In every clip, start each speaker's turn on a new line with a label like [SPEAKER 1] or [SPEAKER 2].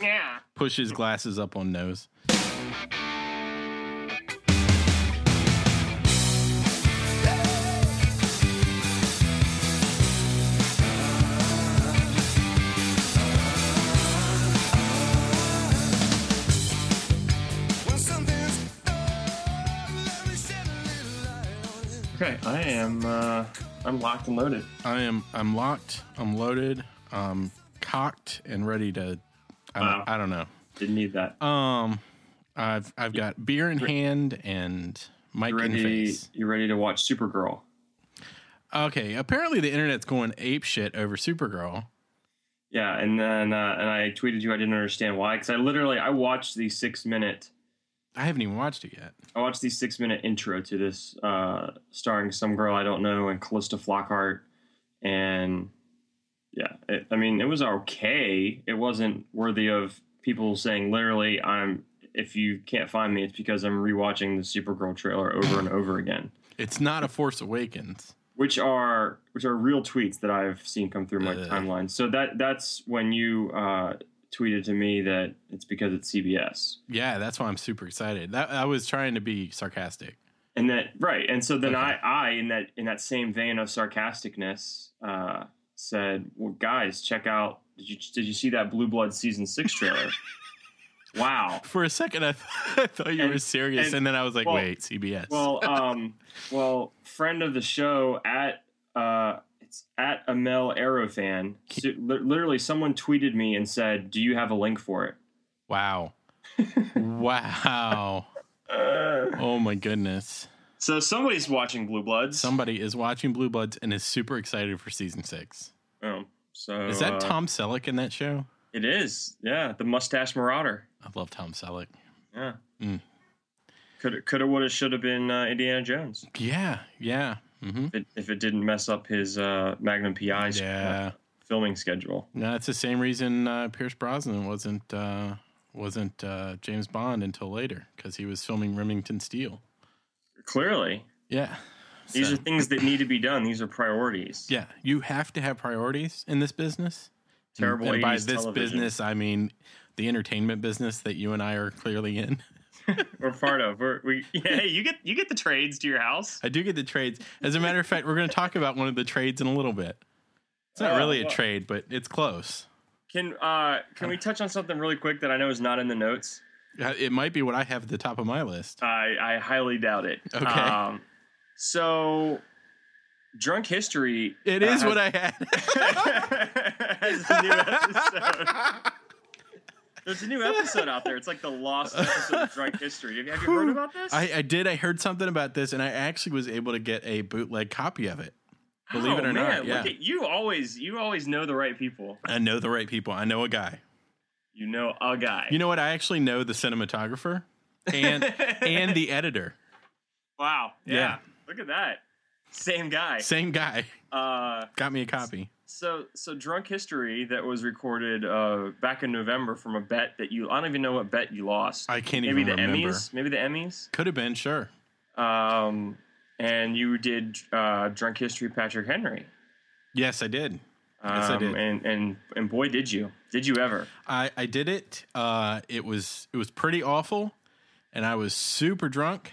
[SPEAKER 1] yeah.
[SPEAKER 2] pushes glasses up on nose.
[SPEAKER 1] Okay, I am. Uh, I'm locked and loaded.
[SPEAKER 2] I am I'm locked, I'm loaded, I'm cocked and ready to I don't,
[SPEAKER 1] Wow.
[SPEAKER 2] I don't know.
[SPEAKER 1] Didn't need that.
[SPEAKER 2] Um, I've I've got beer in hand and mic
[SPEAKER 1] You
[SPEAKER 2] in
[SPEAKER 1] ready?
[SPEAKER 2] face.
[SPEAKER 1] You ready to watch Supergirl?
[SPEAKER 2] Okay, apparently the internet's going ape shit over Supergirl.
[SPEAKER 1] Yeah, and then uh, and I tweeted you. I didn't understand why because I literally I watched the six minute.
[SPEAKER 2] I haven't even watched it yet.
[SPEAKER 1] I watched the six minute intro to this, uh, starring some girl I don't know and Callista Flockhart, and yeah, it, I mean it was okay. It wasn't worthy of people saying literally I'm. If you can't find me, it's because I'm rewatching the Supergirl trailer over and over again,
[SPEAKER 2] It's not a Force Awakens.
[SPEAKER 1] which are which are real tweets that I've seen come through my
[SPEAKER 2] Ugh.
[SPEAKER 1] timeline. So that that's when you uh, tweeted to me that it's because it's CBS.
[SPEAKER 2] Yeah, that's why I'm super excited. That I was trying to be sarcastic.
[SPEAKER 1] and that right and so then
[SPEAKER 2] Okay.
[SPEAKER 1] i i in that in that same vein of sarcasticness uh said well guys check out did you did you see that blue blood season six trailer wow
[SPEAKER 2] For a second, I, th- I thought you
[SPEAKER 1] And-
[SPEAKER 2] were serious,
[SPEAKER 1] and-
[SPEAKER 2] and, then I was like,
[SPEAKER 1] well-
[SPEAKER 2] "Wait, CBS."
[SPEAKER 1] well um well friend of the show at uh it's at Amel Aerofan. So, li- literally, someone tweeted me and said, "Do you have a link for it?"
[SPEAKER 2] wow, wow, oh my goodness!
[SPEAKER 1] so somebody's watching Blue Bloods.
[SPEAKER 2] Somebody is watching Blue Bloods and is super excited for season six.
[SPEAKER 1] Oh, so
[SPEAKER 2] Is that
[SPEAKER 1] uh,
[SPEAKER 2] Tom Selleck in that show?
[SPEAKER 1] It is. Yeah, the Mustache Marauder.
[SPEAKER 2] I love Tom Selleck.
[SPEAKER 1] Yeah.
[SPEAKER 2] Mm.
[SPEAKER 1] Could could have would have should have been uh, Indiana Jones
[SPEAKER 2] Yeah, yeah, hmm
[SPEAKER 1] if it, if it didn't mess up his uh, Magnum PI's
[SPEAKER 2] yeah.
[SPEAKER 1] filming schedule.
[SPEAKER 2] No, that's the same reason uh, Pierce Brosnan wasn't uh, wasn't uh, James Bond until later because he was filming Remington Steel.
[SPEAKER 1] Clearly,
[SPEAKER 2] Yeah,
[SPEAKER 1] these
[SPEAKER 2] So-
[SPEAKER 1] are things that need to be done. These are priorities.
[SPEAKER 2] yeah. You have to have priorities in this business. And-
[SPEAKER 1] Terrible
[SPEAKER 2] And, by
[SPEAKER 1] 80s
[SPEAKER 2] this
[SPEAKER 1] television.
[SPEAKER 2] business, I mean the entertainment business that you and I are clearly in.
[SPEAKER 1] we're part of. We're, we yeah. You get you get the trades to your house.
[SPEAKER 2] I do get the trades. As a matter of fact, we're going to talk about one of the trades in a little bit. It's not
[SPEAKER 1] Oh,
[SPEAKER 2] really a
[SPEAKER 1] well-
[SPEAKER 2] trade, but it's close.
[SPEAKER 1] Can uh can we touch on something really quick that I know is not in the notes?
[SPEAKER 2] Uh, It might be what I have at the top of my list.
[SPEAKER 1] I I highly doubt it.
[SPEAKER 2] Okay.
[SPEAKER 1] Um, so, drunk history.
[SPEAKER 2] It is
[SPEAKER 1] uh,
[SPEAKER 2] what I had.
[SPEAKER 1] has a new episode. There's a new episode out there. It's like the lost episode of Drunk History. Have you, have you heard about this?
[SPEAKER 2] I, I did. I heard something about this, and I actually was able to get a bootleg copy of it. Believe
[SPEAKER 1] Oh,
[SPEAKER 2] it or
[SPEAKER 1] man,
[SPEAKER 2] not, yeah.
[SPEAKER 1] Look at, you always you always know the right people.
[SPEAKER 2] I know the right people. I know a guy.
[SPEAKER 1] You know a guy.
[SPEAKER 2] You know what? I actually know the cinematographer and and the editor.
[SPEAKER 1] wow. Yeah.
[SPEAKER 2] Yeah.
[SPEAKER 1] Look at that. Same guy.
[SPEAKER 2] Same guy
[SPEAKER 1] Uh,
[SPEAKER 2] got me a copy.
[SPEAKER 1] so so Drunk History that was recorded uh, back in November from a bet that you I don't even know what bet you lost.
[SPEAKER 2] I can't
[SPEAKER 1] maybe the
[SPEAKER 2] even remember.
[SPEAKER 1] Emmys. Maybe the Emmys.
[SPEAKER 2] Could have been sure.
[SPEAKER 1] Um, and you did uh, Drunk History Patrick Henry.
[SPEAKER 2] Yes, I did.
[SPEAKER 1] Um,
[SPEAKER 2] Yes, I did.
[SPEAKER 1] And and and boy, did you! Did you ever?
[SPEAKER 2] I I did it. Uh, it was it was pretty awful, and I was super drunk.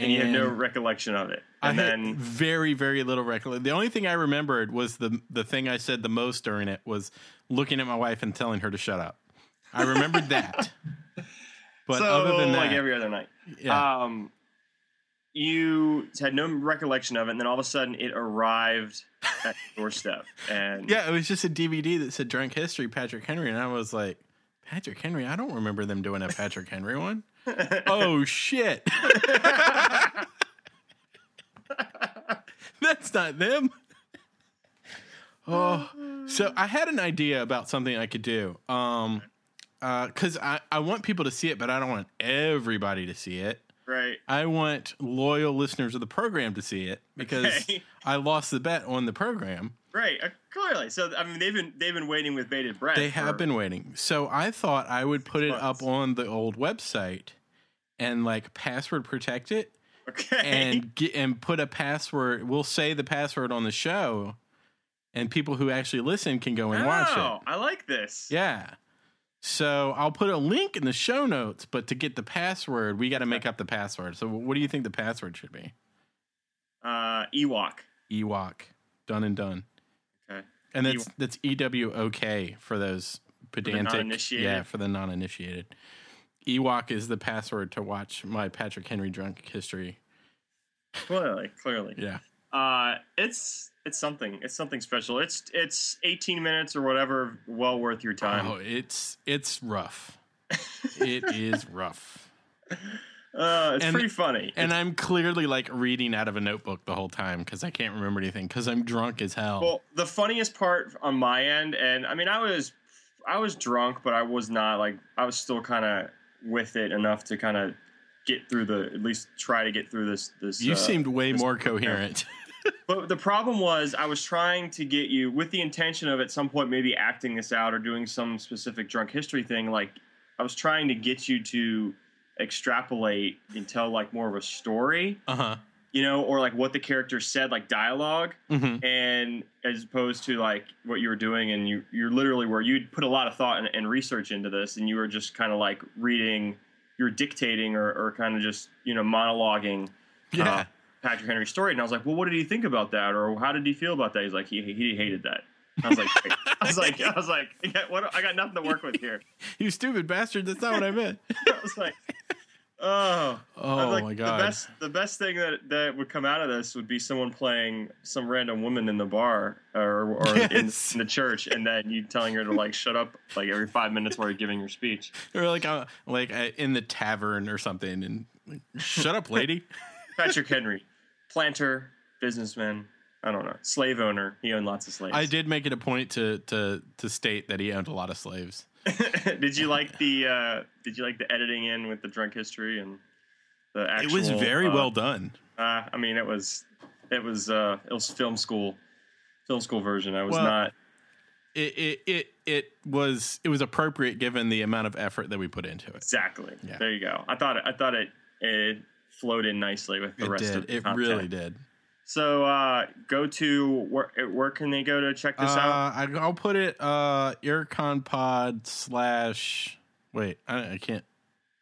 [SPEAKER 1] And, you have no recollection of it.
[SPEAKER 2] I
[SPEAKER 1] And
[SPEAKER 2] had
[SPEAKER 1] then
[SPEAKER 2] very very little recollection. The only thing I remembered was the the thing I said the most during it was looking at my wife and telling her to shut up. I remembered that. But
[SPEAKER 1] so
[SPEAKER 2] other than that,
[SPEAKER 1] like every other night.
[SPEAKER 2] yeah,
[SPEAKER 1] Um, you had no recollection of it, and then all of a sudden it arrived at your doorstep. And
[SPEAKER 2] yeah, it was just a DVD that said "Drunk History" Patrick Henry, and I was like, Patrick Henry, I don't remember them doing a Patrick Henry one. oh shit, that's not them. Oh, so I had an idea about something I could do. Um, because I I want people to see it, but I don't want everybody to see it.
[SPEAKER 1] right.
[SPEAKER 2] I want loyal listeners of the program to see it because
[SPEAKER 1] Okay.
[SPEAKER 2] I lost the bet on the program.
[SPEAKER 1] Right. Uh, clearly. So I mean, they've been they've been waiting with bated breath.
[SPEAKER 2] They
[SPEAKER 1] for-
[SPEAKER 2] have been waiting. So I thought I would put it
[SPEAKER 1] months.
[SPEAKER 2] up on the old website and like password protect it
[SPEAKER 1] Okay.
[SPEAKER 2] and get and put a password. We'll say the password on the show and people who actually listen can go and watch
[SPEAKER 1] Oh,
[SPEAKER 2] it.
[SPEAKER 1] I like this.
[SPEAKER 2] Yeah. So I'll put a link in the show notes, but to get the password, we got to make up the password. So what do you think the password should be?
[SPEAKER 1] Uh, Ewok.
[SPEAKER 2] Ewok, done and done.
[SPEAKER 1] Okay.
[SPEAKER 2] And that's that's E W O K for those pedantic.
[SPEAKER 1] non-initiated.
[SPEAKER 2] yeah, for the non-initiated. Ewok is the password to watch my Patrick Henry drunk history.
[SPEAKER 1] Clearly, clearly.
[SPEAKER 2] Yeah.
[SPEAKER 3] Uh,
[SPEAKER 1] It's it's something. It's something special. It's it's 18 minutes or whatever. Well worth your
[SPEAKER 2] Oh,
[SPEAKER 1] time.
[SPEAKER 2] it's it's rough. it is rough.
[SPEAKER 1] Uh, it's
[SPEAKER 2] Oh. and-
[SPEAKER 1] pretty funny.
[SPEAKER 2] And I'm clearly like reading out of a notebook the whole time because I can't remember anything because I'm drunk as hell.
[SPEAKER 1] Well, the funniest part on my end, and I mean, I was, I was drunk, but I was not like I was still kind of with it enough to kind of get through the at least try to get through this. This
[SPEAKER 2] you
[SPEAKER 1] uh,
[SPEAKER 2] seemed way more coherent.
[SPEAKER 1] But the problem was, I was trying to get you with the intention of at some point maybe acting this out or doing some specific drunk history thing. Like, I was trying to get you to extrapolate and tell like more of a story,
[SPEAKER 2] Uh huh.
[SPEAKER 1] you know, or like what the character said, like dialogue
[SPEAKER 2] hmm
[SPEAKER 1] and as opposed to like what you were doing and you you're literally where you'd put a lot of thought and, and research into this and you were just kind of like reading you're dictating or, or kind of just you know monologuing
[SPEAKER 2] Yeah.
[SPEAKER 1] uh, patrick henry's story and i was like well what did he think about that or how did he feel about that he's like he, he hated that i was like great. i was like i was like yeah, what, i got nothing to work with here
[SPEAKER 2] you stupid bastard. That's not what I meant.
[SPEAKER 1] i was like oh I
[SPEAKER 2] Oh
[SPEAKER 1] was like,
[SPEAKER 2] my god.
[SPEAKER 1] The best, the best thing that, that would come out of this would be someone playing some random woman in the bar or, or in,
[SPEAKER 2] Yes.
[SPEAKER 1] in the church, and then you telling her to like shut up like every five minutes while you're giving your speech.
[SPEAKER 2] Or like uh, like uh, in the tavern or something, and like, shut up, lady.
[SPEAKER 1] Patrick Henry, planter, businessman, I don't know, slave owner. He owned lots of slaves.
[SPEAKER 2] I did make it a point to to to state that he owned a lot of slaves.
[SPEAKER 1] did. you like the uh, Did you like the editing in with the drunk history and the actual?
[SPEAKER 2] it was very
[SPEAKER 1] uh,
[SPEAKER 2] well done.
[SPEAKER 1] Uh, I mean, it was it was uh, it was film school, film school version. I was
[SPEAKER 2] Well,
[SPEAKER 1] not.
[SPEAKER 2] It, it it it was it was appropriate given the amount of effort that we put into it.
[SPEAKER 1] Exactly.
[SPEAKER 2] Yeah.
[SPEAKER 1] There you go. I thought it, I thought it it flowed in nicely with the
[SPEAKER 2] It
[SPEAKER 1] rest
[SPEAKER 2] did.
[SPEAKER 1] of the
[SPEAKER 2] it
[SPEAKER 1] content.
[SPEAKER 2] really did.
[SPEAKER 1] So uh, go to where where can they go to check
[SPEAKER 2] Uh,
[SPEAKER 1] this out?
[SPEAKER 2] I, I'll put it uh aircon pod slash. Wait, I, I can't.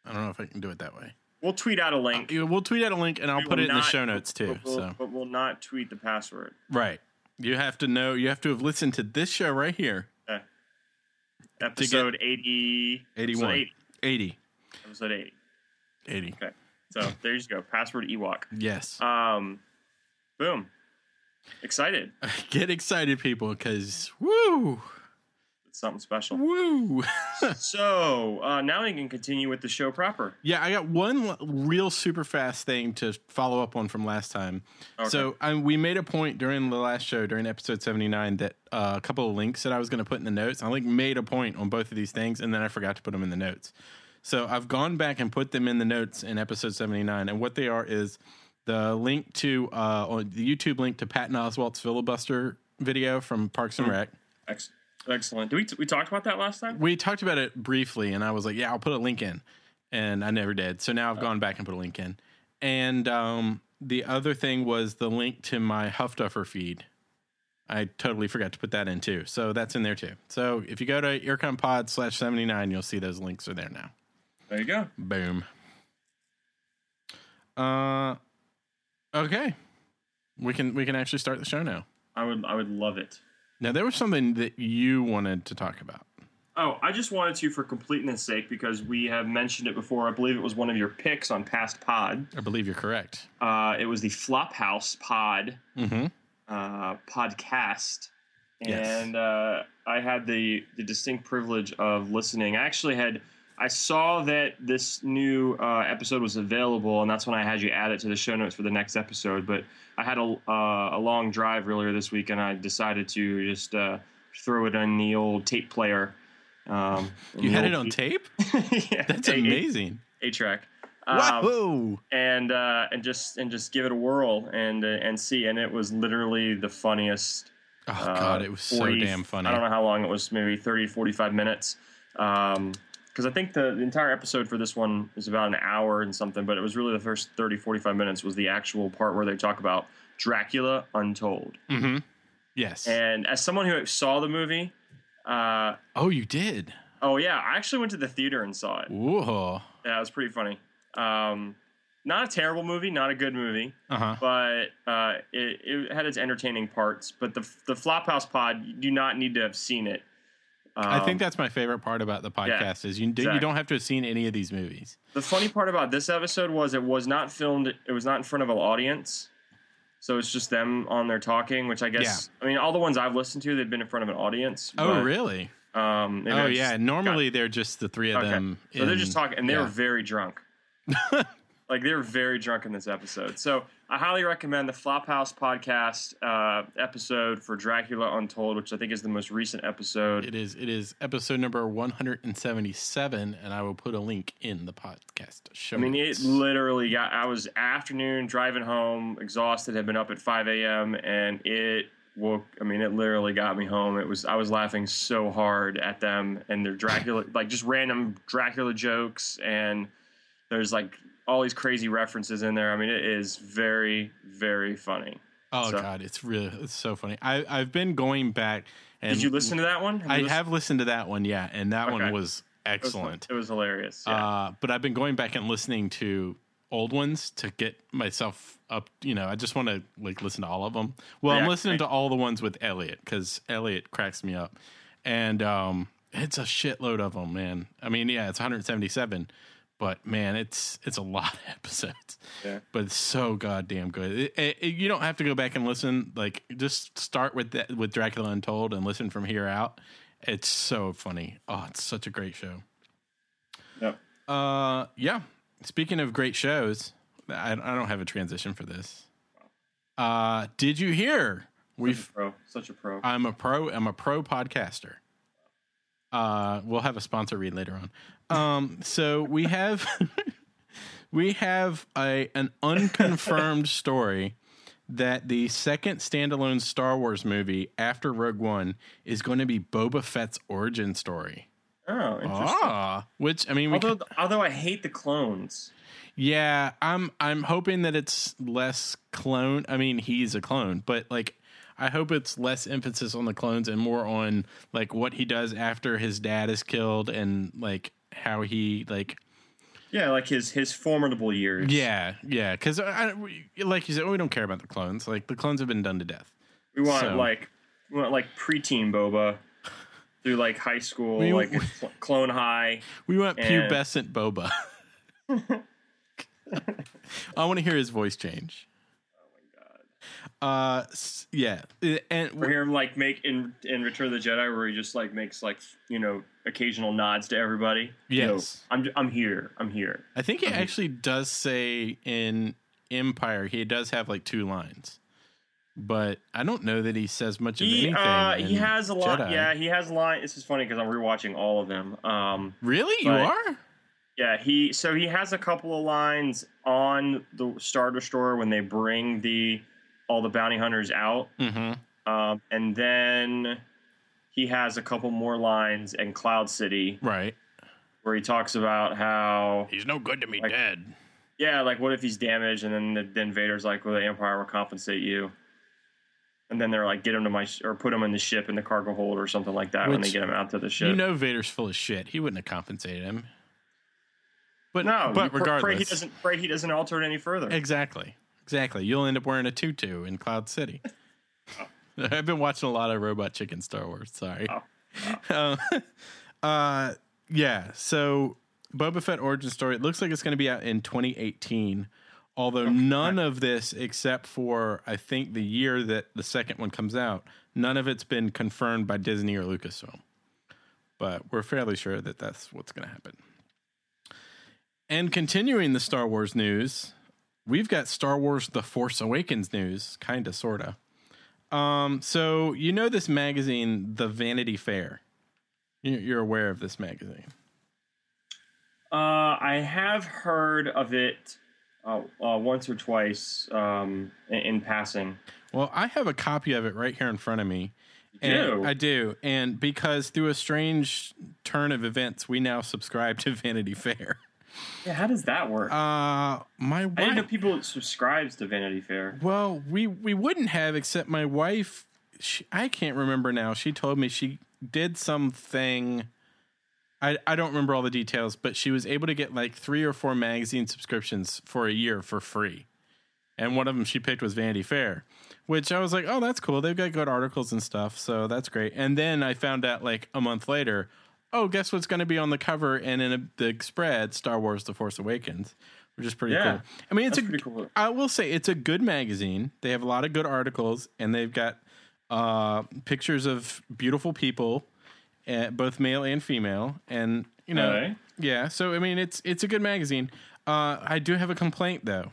[SPEAKER 2] I don't know if I can do it that way.
[SPEAKER 1] We'll tweet out a link.
[SPEAKER 2] Yeah, We'll tweet out a link and I'll
[SPEAKER 1] We
[SPEAKER 2] put
[SPEAKER 1] will
[SPEAKER 2] it in the
[SPEAKER 1] not-
[SPEAKER 2] show notes too.
[SPEAKER 1] but, we'll,
[SPEAKER 2] So
[SPEAKER 1] but we'll not tweet the password.
[SPEAKER 2] right, you have to know. You have to have listened to this show right here. get-
[SPEAKER 1] Episode 80,
[SPEAKER 2] 81.
[SPEAKER 1] Episode 80.
[SPEAKER 2] 80.
[SPEAKER 1] Episode 80.
[SPEAKER 2] 80.
[SPEAKER 1] So there you go. Password Ewok.
[SPEAKER 2] Yes.
[SPEAKER 1] Um, boom. Excited.
[SPEAKER 2] Get excited, people, because woo,
[SPEAKER 1] It's something special.
[SPEAKER 2] woo.
[SPEAKER 1] so uh, now we can continue with the show proper.
[SPEAKER 2] yeah, I got one l- real super fast thing to follow up on from last time.
[SPEAKER 1] Okay.
[SPEAKER 2] So I, we made a point during the last show, during episode 79, that uh, a couple of links that I was going to put in the notes, I like made a point on both of these things, and then I forgot to put them in the notes. So I've gone back and put them in the notes in episode 79. And what they are is the link to uh, or the YouTube link to Patton Oswalt's filibuster video from Parks and Rec.
[SPEAKER 1] Ex- excellent. Did we, we talked about that last time?
[SPEAKER 2] We talked about it briefly, and I was like, "Yeah, I'll put a link in," and I never did. So now I've gone back and put a link in. And um, the other thing was the link to my Huffduffer feed. I totally forgot to put that in too, so that's in there too. So if you go to earconpod slash seventy nine, you'll see those links are there now.
[SPEAKER 1] There you go.
[SPEAKER 2] Boom. Uh, okay, we can we can actually start the show now.
[SPEAKER 1] I would I would love it.
[SPEAKER 2] Now there was something that you wanted to talk about.
[SPEAKER 1] Oh, I just wanted to for completeness sake because we have mentioned it before. I believe it was one of your picks on past pod.
[SPEAKER 2] I believe you're correct.
[SPEAKER 1] Uh, it was the Flophouse Pod
[SPEAKER 2] Mm-hmm.
[SPEAKER 1] uh, podcast,
[SPEAKER 2] Yes.
[SPEAKER 1] and uh, I had the the distinct privilege of listening. I actually had I saw that this new uh, episode was available, and that's when I had you add it to the show notes for the next episode. But I had a uh, a long drive earlier this week, and I decided to just uh, throw it on the old tape player. Um,
[SPEAKER 2] You
[SPEAKER 1] the
[SPEAKER 2] had
[SPEAKER 1] old-
[SPEAKER 2] it on tape.
[SPEAKER 1] yeah,
[SPEAKER 2] That's
[SPEAKER 1] a- a-
[SPEAKER 2] amazing.
[SPEAKER 1] A track. um,
[SPEAKER 2] Whoa.
[SPEAKER 1] and uh, and just and just give it a whirl and uh, and see. And it was literally the funniest.
[SPEAKER 2] Oh
[SPEAKER 1] uh,
[SPEAKER 2] god, it was so
[SPEAKER 1] 40
[SPEAKER 2] damn funny.
[SPEAKER 1] I don't know how long it was, maybe 30, 45 minutes. Because I think the, the entire episode for this one is about an hour and something, but it was really the first 30, 45 minutes was the actual part where they talk about Dracula Untold.
[SPEAKER 2] Mm-hmm. Yes.
[SPEAKER 1] And as someone who saw the movie, uh,
[SPEAKER 2] oh, you did.
[SPEAKER 1] oh yeah, I actually went to the theater and saw it.
[SPEAKER 2] Whoa.
[SPEAKER 1] Yeah, it was pretty funny. Um, not a terrible movie, not a good movie,
[SPEAKER 2] Uh huh.
[SPEAKER 1] but uh, it, it had its entertaining parts. But the the Flophouse Pod, you do not need to have seen it.
[SPEAKER 2] I
[SPEAKER 1] Um,
[SPEAKER 2] think that's my favorite part about the podcast is you do, you
[SPEAKER 1] exactly.
[SPEAKER 2] don't have to have seen any of these movies.
[SPEAKER 1] The funny part about this episode was it was not filmed. It was not in front of an audience, so it's just them on there talking. Which I guess I mean all the ones I've listened to, they've been in front of an audience.
[SPEAKER 2] Oh,
[SPEAKER 1] but,
[SPEAKER 2] really?
[SPEAKER 1] Um, maybe
[SPEAKER 2] oh,
[SPEAKER 1] I just-
[SPEAKER 2] yeah. Normally they're just the three of
[SPEAKER 1] Okay.
[SPEAKER 2] them.
[SPEAKER 1] So they're
[SPEAKER 2] in-
[SPEAKER 1] just talking, and they
[SPEAKER 2] yeah.
[SPEAKER 1] were very drunk. like they were very drunk in this episode. So I highly recommend the Flophouse podcast uh, episode for Dracula Untold, which I think is the most recent episode.
[SPEAKER 2] It is. It is episode number one hundred and seventy-seven, and I will put a link in the podcast show.
[SPEAKER 1] I mean, it
[SPEAKER 2] notes.
[SPEAKER 1] literally got. I was afternoon driving home, exhausted. Had been up at five a.m. and it woke. I mean, it literally got me home. It was. I was laughing so hard at them and their Dracula, like just random Dracula jokes, and there's like all these crazy references in there. I mean, it is very, very funny.
[SPEAKER 2] oh
[SPEAKER 1] so-
[SPEAKER 2] god, it's really it's so funny. I I've been going back and
[SPEAKER 1] Did you listen to that one? you
[SPEAKER 2] I
[SPEAKER 1] listened-
[SPEAKER 2] have listened to that one, yeah, and that one
[SPEAKER 1] Okay. It
[SPEAKER 2] was
[SPEAKER 1] was-
[SPEAKER 2] excellent.
[SPEAKER 1] It was hilarious. Yeah.
[SPEAKER 2] Uh, but I've been going back and listening to old ones to get myself up. You know, I just want to like listen to all of them. Well, I'm
[SPEAKER 1] Yeah,
[SPEAKER 2] listening to all the ones with Elliot because Elliot cracks me up, and um, it's a shitload of them, man. I mean, yeah, it's 177, but man, it's it's a lot of episodes.
[SPEAKER 1] Yeah.
[SPEAKER 2] But it's so goddamn good. It- it- it- you don't have to go back and listen. Like, just start with that with Dracula Untold and listen from here out. It's so funny. Oh, it's such a great show.
[SPEAKER 1] Yep.
[SPEAKER 2] Uh, yeah. Speaking of great shows, I, I don't have a transition for this. Uh, did you hear? We've
[SPEAKER 1] pro, such a pro.
[SPEAKER 2] I'm a pro. I'm a pro podcaster. Uh, we'll have a sponsor read later on. Um, so we have we have a an unconfirmed story that the second standalone Star Wars movie after Rogue One is going to be Boba Fett's origin story.
[SPEAKER 1] oh, interesting.
[SPEAKER 2] Ah, which I mean, we
[SPEAKER 1] although, although I hate the clones.
[SPEAKER 2] yeah, I'm I'm hoping that it's less clone. I mean, he's a clone, but like I hope it's less emphasis on the clones and more on like what he does after his dad is killed and like how he like
[SPEAKER 1] Yeah, like his his formidable years.
[SPEAKER 2] yeah, yeah, cuz I, we- like you said we don't care about the clones. Like the clones have been done to death.
[SPEAKER 1] We want
[SPEAKER 2] So-
[SPEAKER 1] like we want like preteen boba through like high school,
[SPEAKER 2] We-
[SPEAKER 1] like cl- clone high.
[SPEAKER 2] We want
[SPEAKER 1] Yeah.
[SPEAKER 2] pubescent boba. I want to hear his voice change. Oh my god. Uh s- yeah, Uh, and
[SPEAKER 1] We hear him like make in in Return of the Jedi where he just like makes like you know occasional nods to everybody. You know,
[SPEAKER 2] Yes.
[SPEAKER 1] I'm I'm here. I'm here.
[SPEAKER 2] I think he
[SPEAKER 1] Okay.
[SPEAKER 2] actually does say in Empire he does have like two lines, but I don't know that he says much of
[SPEAKER 1] He
[SPEAKER 2] anything.
[SPEAKER 1] uh he
[SPEAKER 2] in
[SPEAKER 1] has a lot.
[SPEAKER 2] Jedi.
[SPEAKER 1] Yeah, he has a line. This is funny because I'm rewatching all of them. Um,
[SPEAKER 2] really, you
[SPEAKER 1] but-
[SPEAKER 2] are.
[SPEAKER 1] Yeah, he so he has a couple of lines on the Star Destroyer when they bring the all the bounty hunters out.
[SPEAKER 2] Mm-hmm.
[SPEAKER 1] Um, and then he has a couple more lines in Cloud City
[SPEAKER 2] Right.
[SPEAKER 1] where he talks about how,
[SPEAKER 2] He's no good to me
[SPEAKER 1] Like-
[SPEAKER 2] dead.
[SPEAKER 1] yeah, like what if he's damaged? And then the, then Vader's like, well, the Empire will compensate you. And then they're like, get him to my sh- or put him in the ship in the cargo hold or something like that when
[SPEAKER 2] Which-
[SPEAKER 1] they get him out to the ship.
[SPEAKER 2] You know Vader's full of shit. He wouldn't have compensated him. But
[SPEAKER 1] no,
[SPEAKER 2] but
[SPEAKER 1] you pr-
[SPEAKER 2] regardless,
[SPEAKER 1] pray he doesn't pray he doesn't alter it any further.
[SPEAKER 2] exactly, exactly. You'll end up wearing a tutu in Cloud City. I've been watching a lot of Robot Chicken Star Wars. Sorry.
[SPEAKER 1] Oh,
[SPEAKER 2] Uh, uh, yeah. So Boba Fett origin story. It looks like it's going to be out in 2018. Although none of this, except for I think the year that the second one comes out, none of it's been confirmed by Disney or Lucasfilm. But we're fairly sure that that's what's going to happen. And continuing the Star Wars news, we've got Star Wars The Force Awakens news, kind of, sort of. Um, so you know this magazine, The Vanity Fair. You- You're aware of this magazine.
[SPEAKER 1] Uh, I have heard of it uh, uh, once or twice um, in, in passing.
[SPEAKER 2] Well, I have a copy of it right here in front of me. And
[SPEAKER 1] do?
[SPEAKER 2] I do. And because through a strange turn of events, we now subscribe to Vanity Fair.
[SPEAKER 1] Yeah, how does that work?
[SPEAKER 2] Uh, my
[SPEAKER 1] I didn't know
[SPEAKER 2] wife.
[SPEAKER 1] people subscribes to Vanity Fair.
[SPEAKER 2] Well, we we wouldn't have except my wife she, I can't remember now. She told me she did something. I, I don't remember all the details, but she was able to get like three or four magazine subscriptions for a year for free. And one of them she picked was Vanity Fair, which I was like, oh, that's cool. They've got good articles and stuff. So that's great. And then I found out like a month later, oh, guess what's going to be on the cover and in a, the spread Star Wars The Force Awakens, which is pretty
[SPEAKER 1] Yeah.
[SPEAKER 2] cool. I mean, it's
[SPEAKER 1] That's
[SPEAKER 2] a,
[SPEAKER 1] pretty cool.
[SPEAKER 2] I will say it's a good magazine. They have a lot of good articles, and they've got uh, pictures of beautiful people, uh, both male and female. And you know,
[SPEAKER 1] Alright.
[SPEAKER 2] yeah. So I mean, it's it's a good magazine. Uh, I do have a complaint though.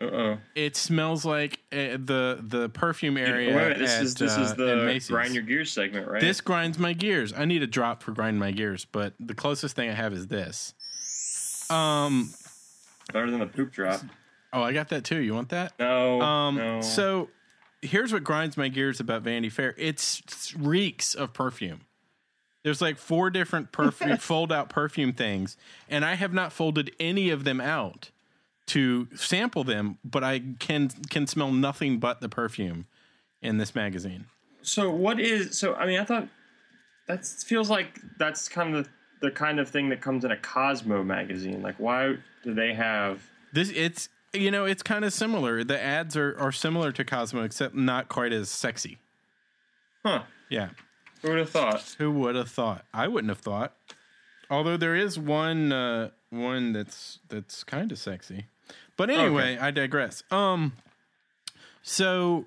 [SPEAKER 1] Uh oh.
[SPEAKER 2] It smells like uh, the the perfume area.
[SPEAKER 1] Wait, this
[SPEAKER 2] at,
[SPEAKER 1] is this
[SPEAKER 2] uh,
[SPEAKER 1] is
[SPEAKER 2] at
[SPEAKER 1] the
[SPEAKER 2] Macy's.
[SPEAKER 1] grind your gears segment, right?
[SPEAKER 2] This grinds my gears. I need a drop for grind my gears, but the closest thing I have is this. Um.
[SPEAKER 1] better than the poop drop.
[SPEAKER 2] Oh, I got that too. You want that?
[SPEAKER 1] No.
[SPEAKER 2] Um,
[SPEAKER 1] no.
[SPEAKER 2] So here's what grinds my gears about Vanity Fair. It's reeks of perfume. There's like four different perfume fold out perfume things, and I have not folded any of them out to sample them, but I can can smell nothing but the perfume in this magazine.
[SPEAKER 1] So what is so? I mean, I thought that feels like that's kind of the, the kind of thing that comes in a Cosmo magazine. Like, why do they have?
[SPEAKER 2] This it's you know, it's kind of similar. The ads are, are similar to Cosmo, except not quite as sexy.
[SPEAKER 1] Huh?
[SPEAKER 2] Yeah.
[SPEAKER 1] Who would have thought?
[SPEAKER 2] Who would have thought? I wouldn't have thought. Although there is one uh, one that's that's kind of sexy. But anyway, I digress. Um so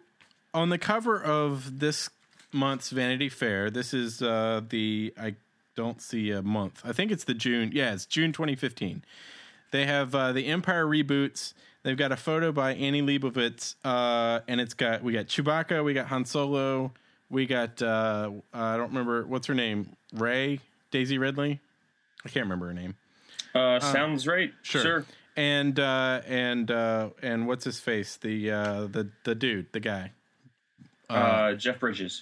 [SPEAKER 2] on the cover of this month's Vanity Fair, this is uh the I don't see a month. I think it's the June. Yeah, it's June 2015. They have uh, the Empire reboots. They've got a photo by Annie Leibovitz, uh, and it's got we got Chewbacca, we got Han Solo, we got uh, I don't remember what's her name, Ray Daisy Ridley. I can't remember her name.
[SPEAKER 1] Uh, sounds right.
[SPEAKER 2] Um, Sure. And uh, and uh, and what's his face? The uh, the the dude, the guy.
[SPEAKER 1] Uh, Jeff Bridges.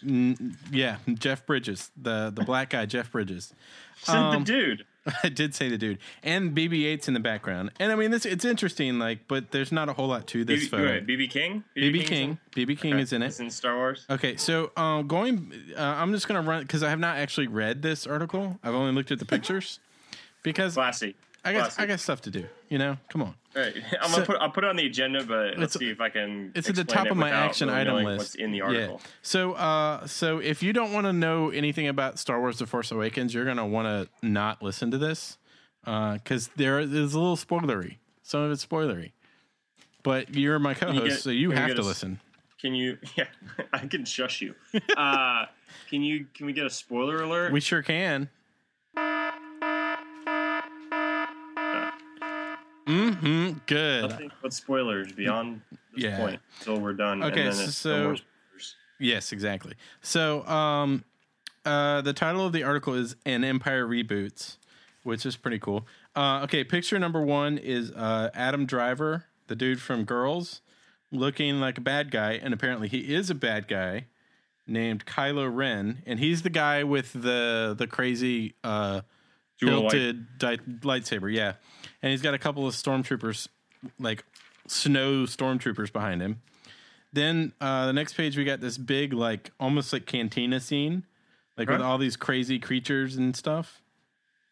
[SPEAKER 2] Yeah, Jeff Bridges, the the black guy, Jeff Bridges.
[SPEAKER 1] Said
[SPEAKER 2] um,
[SPEAKER 1] the dude.
[SPEAKER 2] I did say the dude and BB-8's in the background. And I mean, this it's interesting, like, but there's not a whole lot to this
[SPEAKER 1] B-
[SPEAKER 2] photo.
[SPEAKER 1] wait, BB King.
[SPEAKER 2] BB King. BB King is in
[SPEAKER 1] It's
[SPEAKER 2] it. Uh,
[SPEAKER 1] in Star Wars.
[SPEAKER 2] Okay, so um, going, uh, I'm just gonna run because I have not actually read this article. I've only looked at the pictures because I
[SPEAKER 1] Classy.
[SPEAKER 2] got
[SPEAKER 1] Classy.
[SPEAKER 2] I got stuff to do. You know, come on.
[SPEAKER 1] All right. I'm
[SPEAKER 2] So-
[SPEAKER 1] gonna put I'll put it on the agenda, but let's
[SPEAKER 2] It's-
[SPEAKER 1] see if I can.
[SPEAKER 2] It's at the
[SPEAKER 1] explain
[SPEAKER 2] top
[SPEAKER 1] it
[SPEAKER 2] of my
[SPEAKER 1] without
[SPEAKER 2] action
[SPEAKER 1] really
[SPEAKER 2] item
[SPEAKER 1] knowing
[SPEAKER 2] list.
[SPEAKER 1] What's in the article?
[SPEAKER 2] Yeah. So, uh, so if you don't want to know anything about Star Wars: The Force Awakens, you're gonna want to not listen to this because there is a little spoilery. Some of it's spoilery, but you're my co-host,
[SPEAKER 1] get-
[SPEAKER 2] so you
[SPEAKER 1] can we
[SPEAKER 2] have
[SPEAKER 1] get
[SPEAKER 2] to
[SPEAKER 1] a s-
[SPEAKER 2] listen.
[SPEAKER 1] Can you? Yeah, I can shush you. Uh, can you? Can we get a spoiler alert?
[SPEAKER 2] We sure can. Mm-hmm. Good.
[SPEAKER 1] Nothing but spoilers beyond this
[SPEAKER 2] Yeah.
[SPEAKER 1] point until we're done.
[SPEAKER 2] Okay,
[SPEAKER 1] and
[SPEAKER 2] so-
[SPEAKER 1] then it's no more
[SPEAKER 2] so-
[SPEAKER 1] spoilers.
[SPEAKER 2] Yes, exactly. So, um, uh, the title of the article is "An Empire Reboots," which is pretty cool. Uh, okay, picture number one is uh, Adam Driver, the dude from Girls, looking like a bad guy, and apparently he is a bad guy named Kylo Ren, and he's the guy with the the crazy uh,
[SPEAKER 1] Dual light-
[SPEAKER 2] tilted di- lightsaber. Yeah, and he's got a couple of stormtroopers, like snow stormtroopers behind him. Then uh, the next page, we got this big, like almost like cantina scene, like with
[SPEAKER 1] Huh?
[SPEAKER 2] all these crazy creatures and stuff.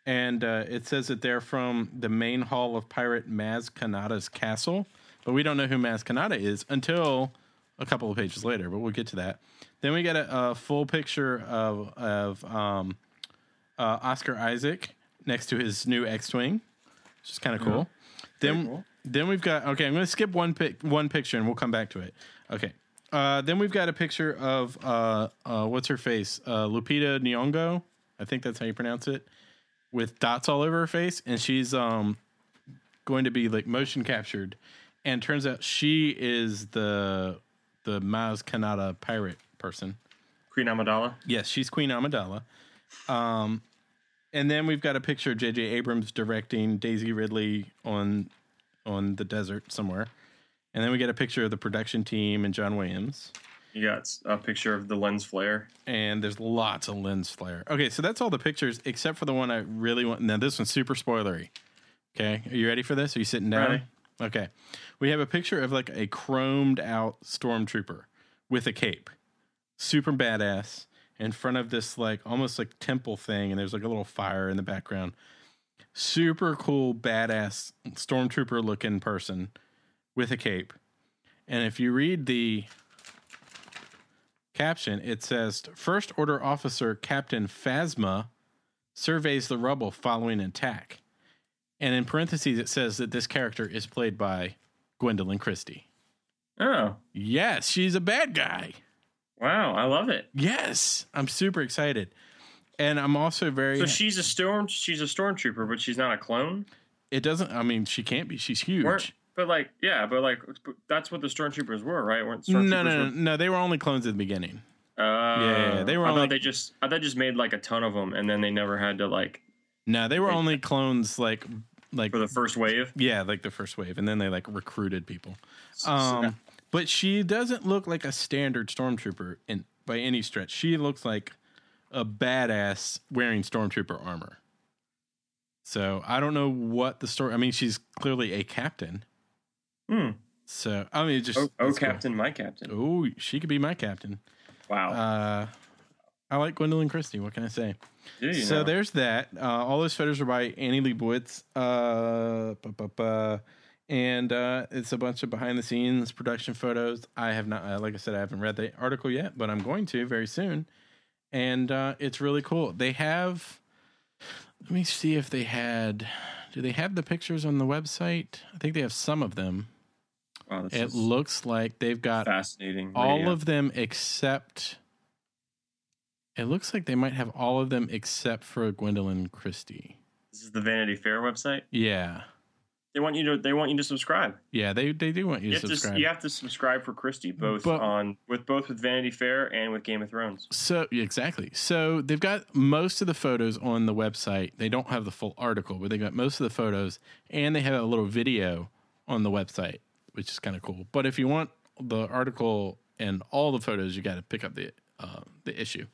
[SPEAKER 2] And uh, it says that they're from the main hall of pirate Maz Kanata's castle, but we don't know who Maz Kanata is until a couple of pages later. But we'll get to that. Then we got a, a full picture of of um, uh, Oscar Isaac next to his new X-wing, which is kind of cool. Then
[SPEAKER 1] cool.
[SPEAKER 2] then we've got okay. I'm going to skip one pic one picture and we'll come back to it. Okay. Uh, then we've got a picture of uh, uh, what's her face, uh, Lupita Nyong'o. I think that's how you pronounce it, with dots all over her face, and she's um going to be like motion captured. And turns out she is the the Maz Kanata pirate person.
[SPEAKER 1] Queen Amidala.
[SPEAKER 2] Yes, she's Queen Amidala. Um, and then we've got a picture of J.J. Abrams directing Daisy Ridley on on the desert somewhere. And then we get a picture of the production team and John Williams.
[SPEAKER 1] You got a picture of the lens flare.
[SPEAKER 2] And there's lots of lens flare. Okay, so that's all the pictures except for the one I really want. Now this one's super spoilery. Okay, are you ready for this? Are you sitting down?
[SPEAKER 1] Ready.
[SPEAKER 2] Okay, we have a picture of like a chromed out stormtrooper with a cape. super badass in front of this like almost like temple thing, and there's like a little fire in the background. Super cool, badass stormtrooper looking person with a cape. And if you read the caption, it says First Order Officer Captain Phasma surveys the rubble following an attack. And in parentheses, it says that this character is played by Gwendolyn Christie.
[SPEAKER 1] Oh,
[SPEAKER 2] Yes, she's a bad guy.
[SPEAKER 1] wow. I love it.
[SPEAKER 2] Yes, I'm super excited. And I'm also very.
[SPEAKER 1] So she's a storm. She's a stormtrooper, but she's not a clone.
[SPEAKER 2] it doesn't. I mean, she can't be. She's huge.
[SPEAKER 1] Weren't- But like, yeah, but like, that's what the stormtroopers were, right? Weren't
[SPEAKER 2] no,
[SPEAKER 1] stormtroopers?
[SPEAKER 2] no, no, no. They were only clones at the beginning.
[SPEAKER 1] Were, uh,
[SPEAKER 2] Yeah, yeah, they were
[SPEAKER 1] I
[SPEAKER 2] on,
[SPEAKER 1] thought
[SPEAKER 2] like-
[SPEAKER 1] they just. I thought just made like a ton of them, and then they never had to like
[SPEAKER 2] No, they were only clones like, like
[SPEAKER 1] for the first wave.
[SPEAKER 2] yeah, like the first wave, and then they like recruited people. Um, but she doesn't look like a standard stormtrooper in by any stretch. She looks like a badass wearing stormtrooper armor. So I don't know what the story. I mean, she's clearly a captain.
[SPEAKER 1] Hmm.
[SPEAKER 2] So I mean, it just
[SPEAKER 1] Oh, oh
[SPEAKER 2] it's cool.
[SPEAKER 1] captain, Oh. my captain.
[SPEAKER 2] Oh, she could be my captain.
[SPEAKER 1] Wow.
[SPEAKER 2] Uh, I like Gwendolyn Christie. What can I say?
[SPEAKER 1] Do you
[SPEAKER 2] so
[SPEAKER 1] know?
[SPEAKER 2] there's that. Uh, all those photos are by Annie Leibovitz. Uh, ba, ba, ba. And uh, it's a bunch of behind the scenes production photos. I have not, uh, like I said, I haven't read the article yet, but I'm going to very soon. And uh, it's really cool. They have, let me see if they had, do they have the pictures on the website? I think they have some of them.
[SPEAKER 1] Wow, this
[SPEAKER 2] It
[SPEAKER 1] is
[SPEAKER 2] looks like they've got
[SPEAKER 1] fascinating.
[SPEAKER 2] all
[SPEAKER 1] radio.
[SPEAKER 2] of them except it looks like they might have all of them except for Gwendolyn Christie.
[SPEAKER 1] this is the Vanity Fair website.
[SPEAKER 2] Yeah.
[SPEAKER 1] They want you to. They want you to subscribe.
[SPEAKER 2] Yeah, they, they do want you
[SPEAKER 1] You
[SPEAKER 2] to
[SPEAKER 1] have to,
[SPEAKER 2] subscribe.
[SPEAKER 1] you have to subscribe for Christie both
[SPEAKER 2] But-
[SPEAKER 1] on with both with Vanity Fair and with Game of Thrones.
[SPEAKER 2] So yeah, exactly. So they've got most of the photos on the website. They don't have the full article, but they got most of the photos and they have a little video on the website, which is kind of cool. But if you want the article and all the photos, you got to pick up the uh, the issue.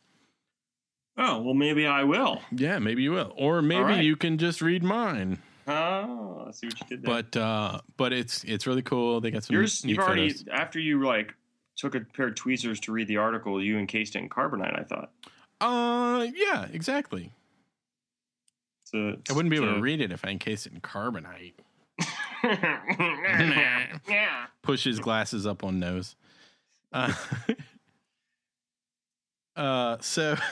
[SPEAKER 1] Oh well, maybe I will.
[SPEAKER 2] Yeah, maybe you will, or maybe
[SPEAKER 1] right.
[SPEAKER 2] you can just read mine.
[SPEAKER 1] Oh, I see what you did there.
[SPEAKER 2] but uh but it's it's really cool they got some
[SPEAKER 1] Yours,
[SPEAKER 2] neat
[SPEAKER 1] you've already
[SPEAKER 2] photos.
[SPEAKER 1] after you like took a pair of tweezers to read the article, you encased it in carbonite. I thought.
[SPEAKER 2] uh yeah exactly
[SPEAKER 1] To,
[SPEAKER 2] i wouldn't be able to read it if i encased it in carbonite
[SPEAKER 1] read. yeah.
[SPEAKER 2] push his glasses up on nose uh, uh so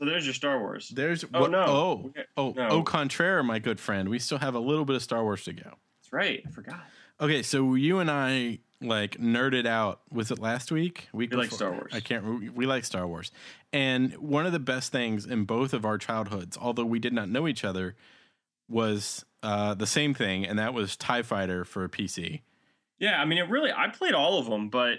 [SPEAKER 1] So there's your Star Wars.
[SPEAKER 2] there's
[SPEAKER 1] Oh,
[SPEAKER 2] what-
[SPEAKER 1] no.
[SPEAKER 2] oh
[SPEAKER 1] Okay,
[SPEAKER 2] oh
[SPEAKER 1] no.
[SPEAKER 2] au contraire my good friend we still have a little bit of star wars to go
[SPEAKER 1] That's right. I forgot.
[SPEAKER 2] okay so you and i like nerded out was it last week we
[SPEAKER 1] We like Star Wars.
[SPEAKER 2] I can't. We, we like Star Wars, and one of the best things in both of our childhoods, although we did not know each other, was uh, the same thing, and that was Tie Fighter for a PC.
[SPEAKER 1] Yeah, I mean, it really. I played all of them, but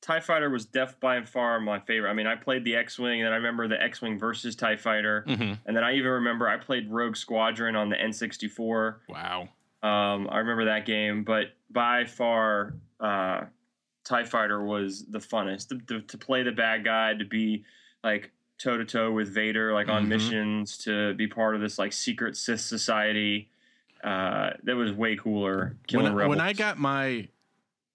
[SPEAKER 1] Tie Fighter was def by far my favorite. I mean, I played the X Wing, and then I remember the X Wing versus Tie Fighter,
[SPEAKER 2] Hmm.
[SPEAKER 1] and then I even remember I played Rogue Squadron on the N64.
[SPEAKER 2] Wow.
[SPEAKER 1] Um, I remember that game, but by far, uh, Tie Fighter was the funnest to, to, to play the bad guy, to be like toe to toe with Vader, like on
[SPEAKER 2] Mhm.
[SPEAKER 1] missions, to be part of this like secret Sith society. Uh, that was way cooler. Killing
[SPEAKER 2] When, I-
[SPEAKER 1] rebels.
[SPEAKER 2] when I got my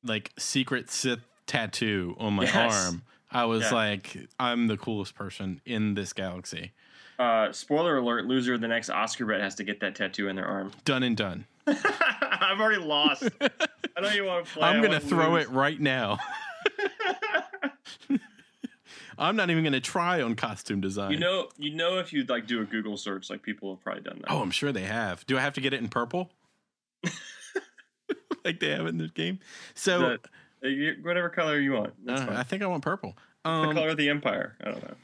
[SPEAKER 2] like secret Sith tattoo on my
[SPEAKER 1] Yes.
[SPEAKER 2] arm, I was
[SPEAKER 1] Yeah.
[SPEAKER 2] like, I'm the coolest person in this galaxy.
[SPEAKER 1] Uh, spoiler alert: loser of the next Oscar bet has to get that tattoo in their arm.
[SPEAKER 2] Done and done.
[SPEAKER 1] I've already lost. I know you want to play.
[SPEAKER 2] I'm
[SPEAKER 1] I
[SPEAKER 2] gonna
[SPEAKER 1] wanna
[SPEAKER 2] throw
[SPEAKER 1] lose.
[SPEAKER 2] it right now. I'm not even gonna try on costume design.
[SPEAKER 1] You know, you know, if you like do a Google search, like people have probably done that.
[SPEAKER 2] Oh, I'm sure they have. Do I have to get it in purple? like they have in the game. So
[SPEAKER 1] The- Uh, you- whatever color you want. That's
[SPEAKER 2] uh,
[SPEAKER 1] fine.
[SPEAKER 2] I think I want purple.
[SPEAKER 1] the
[SPEAKER 2] Um,
[SPEAKER 1] color of the empire. I don't know.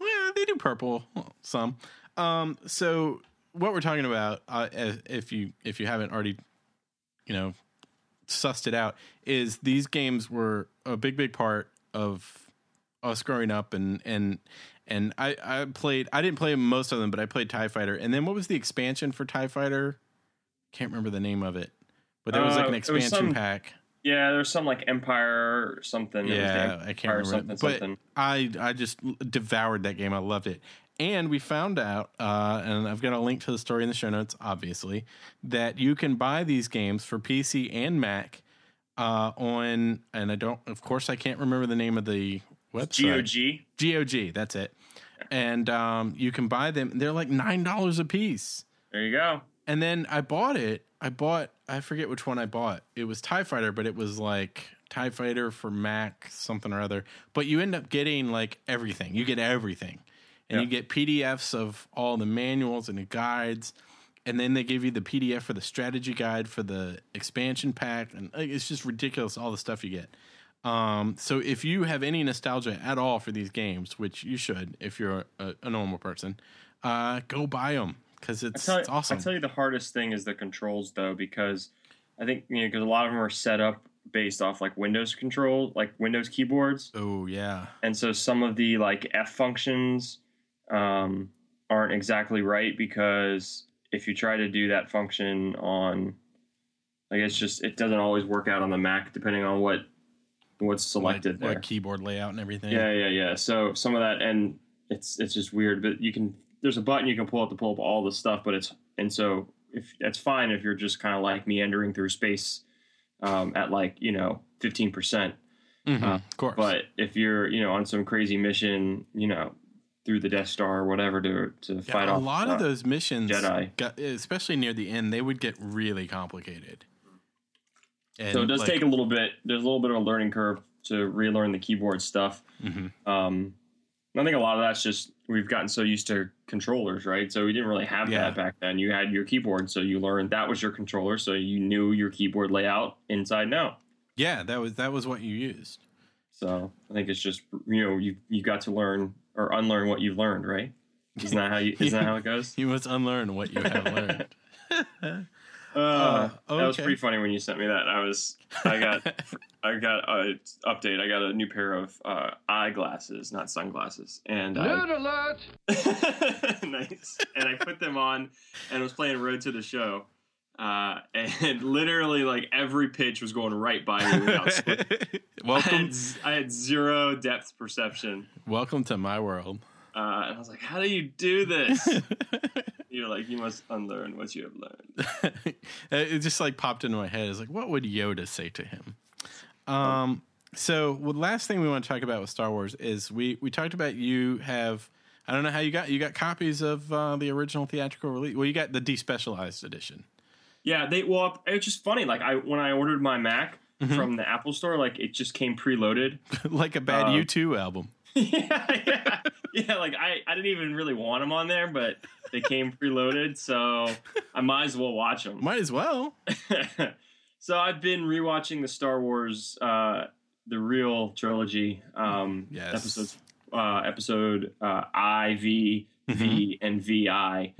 [SPEAKER 2] yeah, they do purple well, some. Um, so what we're talking about, uh, as- if you if you haven't already, you know, sussed it out, is these games were a big big part of us growing up and and and I I played I didn't play most of them, but I played Tie Fighter. And then what was the expansion for Tie Fighter? Can't remember the name of it, but there was like
[SPEAKER 1] Uh,
[SPEAKER 2] an
[SPEAKER 1] it was
[SPEAKER 2] expansion
[SPEAKER 1] some-
[SPEAKER 2] pack.
[SPEAKER 1] Yeah, there's some like empire or something. There was the
[SPEAKER 2] Yeah,
[SPEAKER 1] Empire
[SPEAKER 2] I can't
[SPEAKER 1] Something,
[SPEAKER 2] remember. but
[SPEAKER 1] something.
[SPEAKER 2] I I just devoured that game. I loved it. And we found out, uh, and I've got a link to the story in the show notes, obviously, that you can buy these games for PC and Mac uh, on, and I don't, of course, I can't remember the name of the website.
[SPEAKER 1] GOG.
[SPEAKER 2] GOG, that's it. And um, you can buy them. They're like $9 a piece.
[SPEAKER 1] There you go.
[SPEAKER 2] And then I bought it. I bought, I forget which one I bought. It was TIE Fighter, but it was like TIE Fighter for Mac, something or other. But you end up getting like everything. You get everything. And
[SPEAKER 1] Yeah.
[SPEAKER 2] you get PDFs of all the manuals and the guides. And then they give you the PDF for the strategy guide for the expansion pack. And like, it's just ridiculous all the stuff you get. Um, so if you have any nostalgia at all for these games, which you should if you're a, a normal person, uh, go buy them because
[SPEAKER 1] I
[SPEAKER 2] it's,
[SPEAKER 1] tell,
[SPEAKER 2] it's awesome.
[SPEAKER 1] I tell you, the hardest thing is the controls, though, because I think you know because a lot of them are set up based off like Windows control, like Windows keyboards,
[SPEAKER 2] Oh yeah,
[SPEAKER 1] and so some of the like F functions um, aren't exactly right because if you try to do that function on, like it's just it doesn't always work out on the Mac depending on what what's selected
[SPEAKER 2] like,
[SPEAKER 1] there.
[SPEAKER 2] like keyboard layout and everything.
[SPEAKER 1] Yeah, yeah, yeah. So some of that, and it's it's just weird. But you can there's a button you can pull up to pull up all the stuff, but it's and so if that's fine if you're just kind of like meandering through space um, at like you know fifteen percent.
[SPEAKER 2] Mhm,
[SPEAKER 1] Uh,
[SPEAKER 2] of course.
[SPEAKER 1] But if you're you know on some crazy mission, you know through the Death Star or whatever to to
[SPEAKER 2] Yeah,
[SPEAKER 1] fight
[SPEAKER 2] a
[SPEAKER 1] off
[SPEAKER 2] lot
[SPEAKER 1] uh,
[SPEAKER 2] of those missions,
[SPEAKER 1] Jedi.
[SPEAKER 2] got, especially near the end, they would get really complicated. And
[SPEAKER 1] So it does take a little bit. There's a little bit of a learning curve to relearn the keyboard stuff.
[SPEAKER 2] hmm
[SPEAKER 1] Um, I think a lot of that's just we've gotten so used to controllers, right? So we didn't really have
[SPEAKER 2] Yeah.
[SPEAKER 1] that back then. You had your keyboard, so you learned that was your controller, so you knew your keyboard layout inside and out.
[SPEAKER 2] Yeah, that was that was what you used.
[SPEAKER 1] So I think it's just you know you you got to learn or unlearn what you've learned, right? Isn't that how you? Isn't that how it goes?
[SPEAKER 2] You must unlearn what you have learned.
[SPEAKER 1] Uh, That was
[SPEAKER 2] Oh, okay.
[SPEAKER 1] pretty funny when you sent me that. I was I got I got a update. I got a new pair of uh, eyeglasses, not sunglasses, and I
[SPEAKER 4] alert!
[SPEAKER 1] nice. And I put them on and was playing Road to the Show. Uh, and literally, like every pitch was going right by me. Without slipping. I,
[SPEAKER 2] welcome,
[SPEAKER 1] had, z- I had zero depth perception.
[SPEAKER 2] welcome to my world.
[SPEAKER 1] Uh, and I was like, how do you do this? You're like, you must unlearn what you have learned.
[SPEAKER 2] it just like popped into my head. It's like, what would Yoda say to him? Um, so well, last thing we want to talk about with Star Wars is we we talked about you have I don't know how you got you got copies of uh, the original theatrical release. Well, you got the despecialized edition.
[SPEAKER 1] Yeah, they, well, it's just funny. Like, I, when I ordered my Mac from the Apple store, like, it just came preloaded.
[SPEAKER 2] like a bad
[SPEAKER 1] Um,
[SPEAKER 2] U2 album.
[SPEAKER 1] yeah, yeah, yeah. Like I, I didn't even really want them on there, but they came preloaded, so I might as well watch them.
[SPEAKER 2] Might as well.
[SPEAKER 1] so I've been rewatching the Star Wars, uh, the real trilogy, um,
[SPEAKER 2] Yes.
[SPEAKER 1] episodes, uh, episode uh, I, V,
[SPEAKER 2] Mm-hmm.
[SPEAKER 1] V, and VI,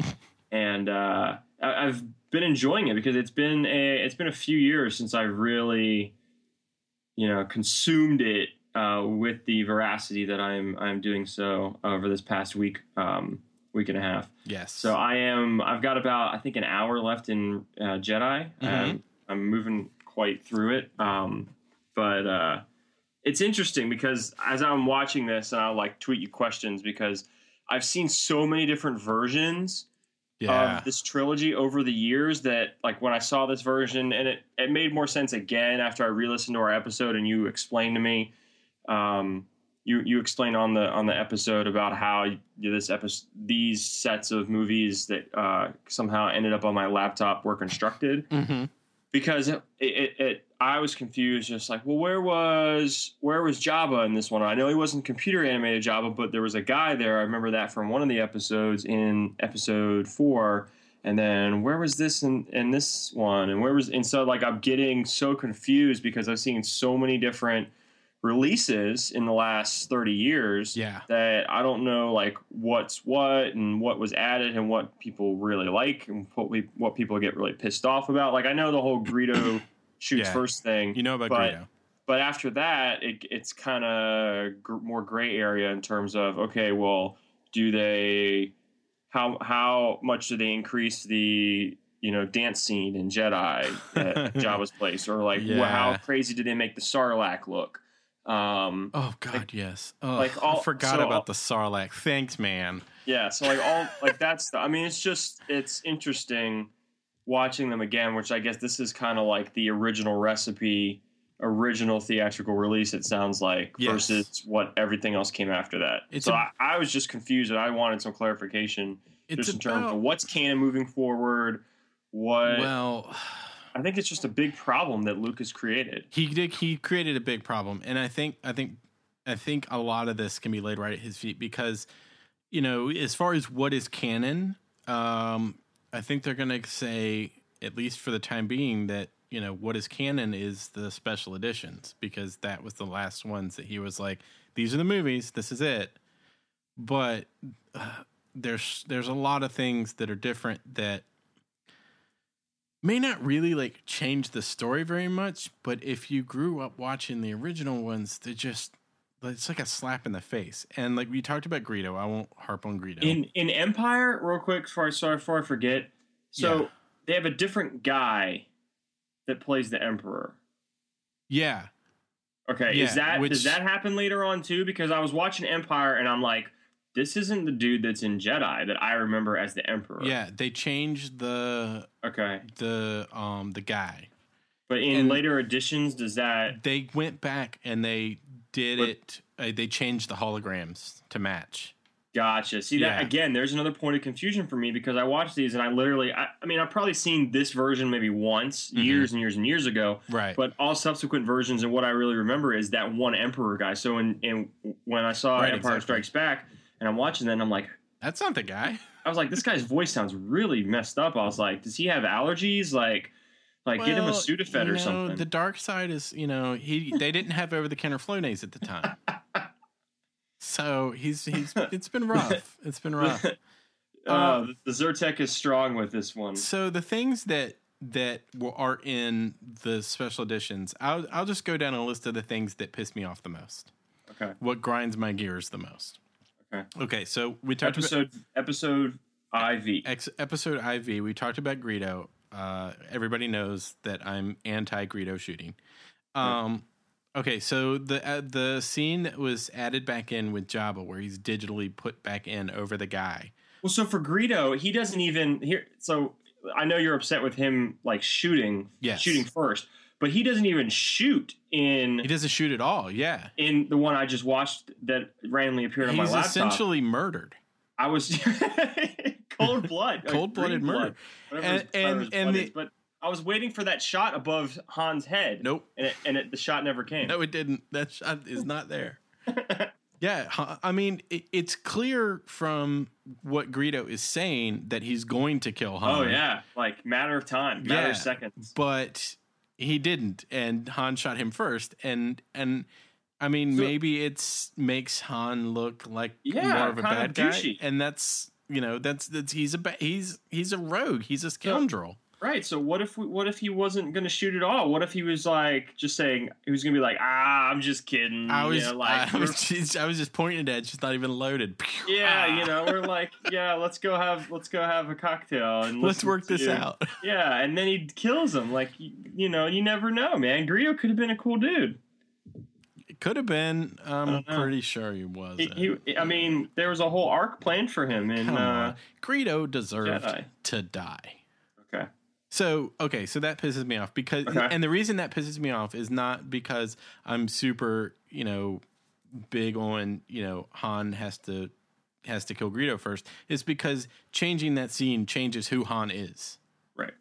[SPEAKER 1] and uh, I- I've been enjoying it because it's been a it's been a few years since I've really, you know, consumed it uh, with the veracity that I'm I'm doing so over this past week um, week and a half.
[SPEAKER 2] Yes.
[SPEAKER 1] So um, I am. I've got about I think an hour left in uh, Jedi. Um, I'm moving quite through it, um, but uh, it's interesting because as I'm watching this, and I'll like tweet you questions because I've seen so many different versions
[SPEAKER 2] yeah.
[SPEAKER 1] of this trilogy over the years that like when I saw this version and it, it made more sense again after I re-listened to our episode and you explained to me um you you explained on the on the episode about how you- this episode these sets of movies that uh somehow ended up on my laptop were constructed
[SPEAKER 2] hmm
[SPEAKER 1] because it, it, it I was confused, just like, well, where was where was Jabba in this one? I know he wasn't computer animated Jabba, but there was a guy there. I remember that from one of the episodes in episode four. And then where was this in, in this one? And where was and so like I'm getting so confused because I've seen so many different releases in the last thirty years
[SPEAKER 2] Yeah.
[SPEAKER 1] that I don't know like what's what and what was added and what people really like and what we what people get really pissed off about. Like I know the whole Greedo shoots
[SPEAKER 2] Yeah.
[SPEAKER 1] first thing,
[SPEAKER 2] You know about
[SPEAKER 1] But-
[SPEAKER 2] Greedo.
[SPEAKER 1] but after that, it, it's kind of gr- more gray area in terms of okay, well, do they how how much do they increase the you know dance scene in Jedi at Jabba's place or like wh- how
[SPEAKER 2] Yeah.
[SPEAKER 1] crazy do they make the Sarlacc look? Um,
[SPEAKER 2] Oh God, yes. Oh,
[SPEAKER 1] like
[SPEAKER 2] I
[SPEAKER 1] all-
[SPEAKER 2] forgot
[SPEAKER 1] so
[SPEAKER 2] about
[SPEAKER 1] all-
[SPEAKER 2] the Sarlacc. Thanks, man.
[SPEAKER 1] Yeah, so like all like that's the I mean it's just it's interesting watching them again, which I guess this is kind of like the original recipe original theatrical release. It sounds like
[SPEAKER 2] Yes.
[SPEAKER 1] versus what everything else came after that.
[SPEAKER 2] It's
[SPEAKER 1] so
[SPEAKER 2] a-
[SPEAKER 1] I I was just confused, and I wanted some clarification
[SPEAKER 2] It's
[SPEAKER 1] just in terms
[SPEAKER 2] about-
[SPEAKER 1] of what's canon moving forward. What
[SPEAKER 2] well,
[SPEAKER 1] I think it's just a big problem that Luke has created.
[SPEAKER 2] he did. He created a big problem, and I think, I think, I think a lot of this can be laid right at his feet because, you know, as far as what is canon, um, I think they're going to say, at least for the time being, that you know what is canon is the special editions because that was the last ones that he was like, these are the movies, this is it. But uh, there's there's a lot of things that are different that may not really like change the story very much, but if you grew up watching the original ones, they just it's like a slap in the face. And like we talked about Greedo, I won't harp on Greedo.
[SPEAKER 1] In in Empire, real quick, sorry, sorry, before I forget. So
[SPEAKER 2] Yeah.
[SPEAKER 1] they have a different guy that plays the Emperor.
[SPEAKER 2] yeah,
[SPEAKER 1] Okay,
[SPEAKER 2] Yeah,
[SPEAKER 1] is that
[SPEAKER 2] which-
[SPEAKER 1] does that happen later on too? Because I was watching Empire and I'm like, this isn't the dude that's in Jedi that I remember as the Emperor.
[SPEAKER 2] Yeah, they changed the
[SPEAKER 1] Okay,
[SPEAKER 2] the um the guy.
[SPEAKER 1] but in
[SPEAKER 2] And-
[SPEAKER 1] later editions, does that?
[SPEAKER 2] They went back and they did
[SPEAKER 1] But-
[SPEAKER 2] it. Uh, they changed the holograms to match.
[SPEAKER 1] Gotcha. See that
[SPEAKER 2] Yeah.
[SPEAKER 1] again? There's another point of confusion for me because I watched these and I literally, I, I mean, I've probably seen this version maybe once,
[SPEAKER 2] Mhm.
[SPEAKER 1] years and years and years ago.
[SPEAKER 2] Right.
[SPEAKER 1] But all subsequent versions and what I really remember is that one Emperor guy. So in, in when I saw
[SPEAKER 2] Right,
[SPEAKER 1] Empire
[SPEAKER 2] exactly.
[SPEAKER 1] Strikes Back and I'm watching that, and I'm like,
[SPEAKER 2] That's not the guy.
[SPEAKER 1] I was like, this guy's voice sounds really messed up. I was like, does he have allergies? Like, like get him a
[SPEAKER 2] Well,
[SPEAKER 1] Sudafed
[SPEAKER 2] you
[SPEAKER 1] or
[SPEAKER 2] know,
[SPEAKER 1] something.
[SPEAKER 2] The dark side is, you know, he they didn't have over the counter Flonase at the time. So he's he's it's been rough. It's been rough. Um,
[SPEAKER 1] uh, the Zyrtec is strong with this one.
[SPEAKER 2] So the things that that were, are in the special editions, I'll I'll just go down a list of the things that piss me off the most.
[SPEAKER 1] Okay.
[SPEAKER 2] What grinds my gears the most.
[SPEAKER 1] Okay.
[SPEAKER 2] Okay. So we talked about
[SPEAKER 1] Episode episode IV.
[SPEAKER 2] ex- episode IV. We talked about Greedo. Uh, everybody knows that I'm anti Greedo shooting. Um, okay. So the uh, the scene that was added back in with Jabba, where he's digitally put back in over the guy.
[SPEAKER 1] Well, so for Greedo, he doesn't even here. So I know you're upset with him like shooting,
[SPEAKER 2] Yes.
[SPEAKER 1] shooting first, but he doesn't even shoot in
[SPEAKER 2] He doesn't shoot at all. Yeah.
[SPEAKER 1] in the one I just watched that randomly appeared on my
[SPEAKER 2] He's
[SPEAKER 1] laptop.
[SPEAKER 2] essentially murdered.
[SPEAKER 1] I was cold blood, like,
[SPEAKER 2] Cold-blooded
[SPEAKER 1] green blood, whatever
[SPEAKER 2] murder. And-
[SPEAKER 1] his- whatever
[SPEAKER 2] and-
[SPEAKER 1] his
[SPEAKER 2] and
[SPEAKER 1] blood
[SPEAKER 2] the-
[SPEAKER 1] is. but I was waiting for that shot above Han's head.
[SPEAKER 2] Nope.
[SPEAKER 1] and it, and it, the shot never came.
[SPEAKER 2] No, it didn't. That shot is not there. yeah, huh, I mean, it, it's clear from what Greedo is saying that he's going to kill Han.
[SPEAKER 1] Oh yeah, like matter of time, matter
[SPEAKER 2] Yeah.
[SPEAKER 1] of seconds.
[SPEAKER 2] but he didn't, and Han shot him first, and and I mean,
[SPEAKER 1] So-
[SPEAKER 2] maybe it's makes Han look like
[SPEAKER 1] Yeah,
[SPEAKER 2] more of a
[SPEAKER 1] kind
[SPEAKER 2] bad
[SPEAKER 1] of
[SPEAKER 2] guy,
[SPEAKER 1] douchey.
[SPEAKER 2] and that's you know that's that's he's a ba- he's he's a rogue, he's a scoundrel.
[SPEAKER 1] Right. So what if we, what if he wasn't going to shoot at all? What if he was like just saying he was going to be like, ah, I'm just kidding.
[SPEAKER 2] I was
[SPEAKER 1] you know, like,
[SPEAKER 2] I was
[SPEAKER 1] we're-
[SPEAKER 2] just, I was just pointing at, it, just not even loaded. Pew,
[SPEAKER 1] yeah,
[SPEAKER 2] ah.
[SPEAKER 1] you know, we're like, yeah, let's go have let's go have a cocktail and
[SPEAKER 2] Let's
[SPEAKER 1] listen
[SPEAKER 2] work
[SPEAKER 1] to
[SPEAKER 2] this
[SPEAKER 1] you."
[SPEAKER 2] out.
[SPEAKER 1] Yeah, and then he kills him. Like you, you know, you never know, man. Greedo could have been a cool dude.
[SPEAKER 2] It could have been. I'm
[SPEAKER 1] don't know.
[SPEAKER 2] pretty sure he was.
[SPEAKER 1] He, he, I mean, there was a whole arc planned for him, and
[SPEAKER 2] Come
[SPEAKER 1] uh,
[SPEAKER 2] on. Greedo deserved
[SPEAKER 1] Jedi.
[SPEAKER 2] to die.
[SPEAKER 1] okay,
[SPEAKER 2] So okay, so that pisses me off because,
[SPEAKER 1] Okay.
[SPEAKER 2] and the reason that pisses me off is not because I'm super, you know, big on you know Han has to has to kill Greedo first. It's because changing that scene changes who Han is.
[SPEAKER 1] right.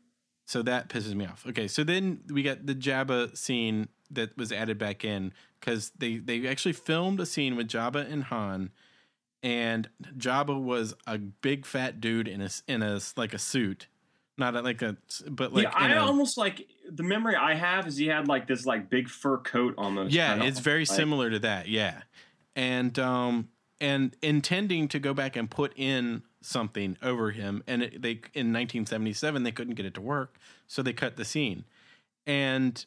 [SPEAKER 2] So that pisses me off. Okay, so then we got the Jabba scene that was added back in because they they actually filmed a scene with Jabba and Han, and Jabba was a big fat dude in a s- in a s- like a suit, not a, like a s- but like
[SPEAKER 1] yeah, I
[SPEAKER 2] in a-
[SPEAKER 1] almost like the memory I have is he had like this like big fur coat almost.
[SPEAKER 2] yeah,
[SPEAKER 1] kinda,
[SPEAKER 2] it's very
[SPEAKER 1] like-
[SPEAKER 2] similar to that. Yeah, and um and intending to go back and put in something over him, and it, they in 1977 they couldn't get it to work, so they cut the scene, and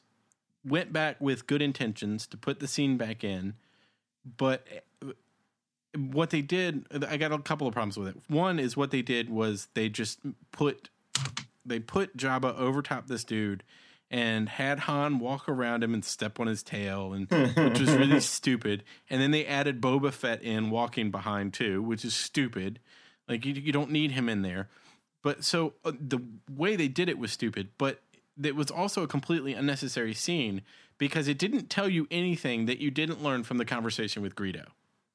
[SPEAKER 2] went back with good intentions to put the scene back in, but uh, what they did, I got a couple of problems with it. One is what they did was they just put they put Jabba over top this dude and had Han walk around him and step on his tail,
[SPEAKER 1] Hmm.
[SPEAKER 2] and which was really stupid. And then they added Boba Fett in walking behind too, which is stupid. Like you, you don't need him in there. But so uh, the way they did it was stupid. But that was also a completely unnecessary scene because it didn't tell you anything that you didn't learn from the conversation with Greedo.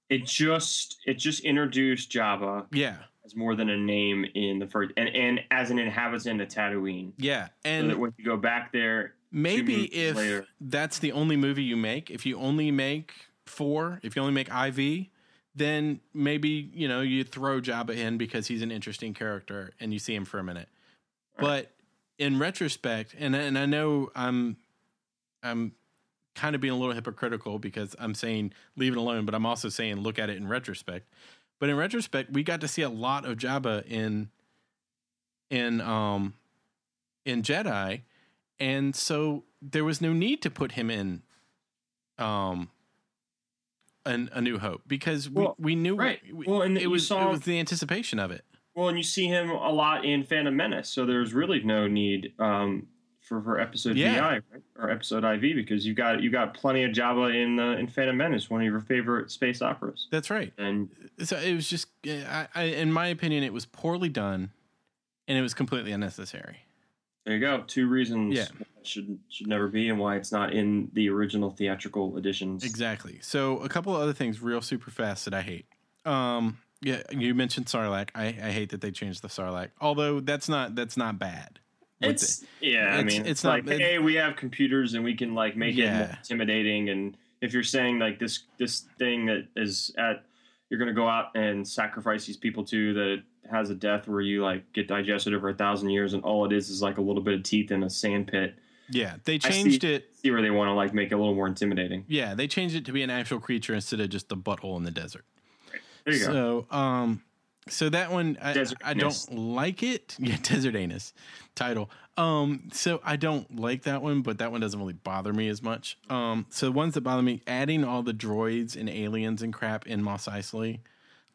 [SPEAKER 1] It just it just introduced Jabba
[SPEAKER 2] Yeah,
[SPEAKER 1] as more than a name in the first and, and as an inhabitant of Tatooine.
[SPEAKER 2] yeah,
[SPEAKER 1] And
[SPEAKER 2] and
[SPEAKER 1] that when you go back there,
[SPEAKER 2] maybe
[SPEAKER 1] minutes
[SPEAKER 2] if
[SPEAKER 1] later.
[SPEAKER 2] that's the only movie you make, if you only make four, if you only make IV, then maybe you know you throw Jabba in because he's an interesting character and you see him for a minute. But in retrospect, and and I know I'm I'm kind of being a little hypocritical because I'm saying leave it alone, but I'm also saying look at it in retrospect. But in retrospect, we got to see a lot of Jabba in in um in Jedi, and so there was no need to put him in um an, a New Hope because we,
[SPEAKER 1] Well,
[SPEAKER 2] we knew
[SPEAKER 1] right.
[SPEAKER 2] we-
[SPEAKER 1] Well, and
[SPEAKER 2] it
[SPEAKER 1] you
[SPEAKER 2] was
[SPEAKER 1] saw-
[SPEAKER 2] it was the anticipation of it.
[SPEAKER 1] well, and you see him a lot in Phantom Menace, so there's really no need um, for for episode
[SPEAKER 2] Yeah.
[SPEAKER 1] VI right? or episode IV because you got you got plenty of Jabba in uh, in Phantom Menace, one of your favorite space operas,
[SPEAKER 2] That's right.
[SPEAKER 1] and
[SPEAKER 2] So it was just, I, I, in my opinion, it was poorly done, and it was completely unnecessary.
[SPEAKER 1] There you go. Two reasons
[SPEAKER 2] Yeah.
[SPEAKER 1] why it should should never be and why it's not in the original theatrical editions.
[SPEAKER 2] Exactly. So a couple of other things, real super fast that I hate. Um, yeah, you mentioned Sarlacc. I, I hate that they changed the Sarlacc. Although that's not that's not bad. What
[SPEAKER 1] It's yeah, I
[SPEAKER 2] it's-
[SPEAKER 1] mean
[SPEAKER 2] it's
[SPEAKER 1] it's,
[SPEAKER 2] not-
[SPEAKER 1] like
[SPEAKER 2] it-
[SPEAKER 1] hey, we have computers and we can like make it more
[SPEAKER 2] Yeah.
[SPEAKER 1] intimidating and if you're saying like this this thing that is at you're gonna go out and sacrifice these people to that has a death where you like get digested over a thousand years and all it is is like a little bit of teeth in a sand pit.
[SPEAKER 2] they- yeah, they
[SPEAKER 1] I see.
[SPEAKER 2] changed it.
[SPEAKER 1] See where they want to like make it a little more intimidating.
[SPEAKER 2] Yeah, they changed it to be an actual creature instead of just the butthole in the desert.
[SPEAKER 1] There you go.
[SPEAKER 2] so, um, so that one I,
[SPEAKER 1] Desert
[SPEAKER 2] I
[SPEAKER 1] anus.
[SPEAKER 2] don't like it. Yeah, desert anus title. Um, so I don't like that one, but that one doesn't really bother me as much. Um, so the ones that bother me, adding all the droids and aliens and crap in Moss Isley,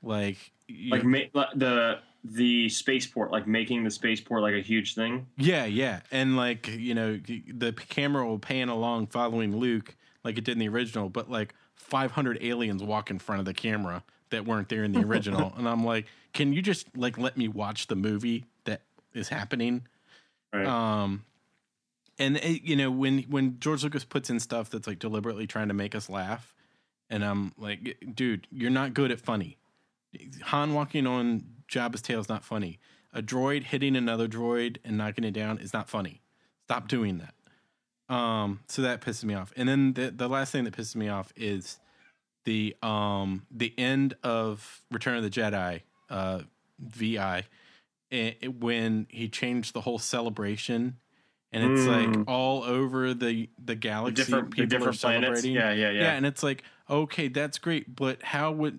[SPEAKER 2] like you-
[SPEAKER 1] Like ma- like, the the spaceport, like making the spaceport like a huge thing.
[SPEAKER 2] yeah, yeah, and like you know the camera will pan along following Luke like it did in the original, but like 500 aliens walk in front of the camera that weren't there in the original, and I'm like, can you just like let me watch the movie that is happening?
[SPEAKER 1] Right.
[SPEAKER 2] Um, and it, you know when when George Lucas puts in stuff that's like deliberately trying to make us laugh, and I'm like, dude, you're not good at funny. Han walking on Jabba's tail is not funny. A droid hitting another droid and knocking it down is not funny. Stop doing that. Um, so that pisses me off. And then the the last thing that pisses me off is the um the end of Return of the Jedi, uh, VI, eh, eh, when he changed the whole celebration, and it's like
[SPEAKER 1] Mm.
[SPEAKER 2] all over the the
[SPEAKER 1] The
[SPEAKER 2] galaxy.
[SPEAKER 1] different the
[SPEAKER 2] people are
[SPEAKER 1] different planets.
[SPEAKER 2] celebrating.
[SPEAKER 1] Yeah, yeah, yeah.
[SPEAKER 2] Yeah. and it's like, okay, that's great, but how would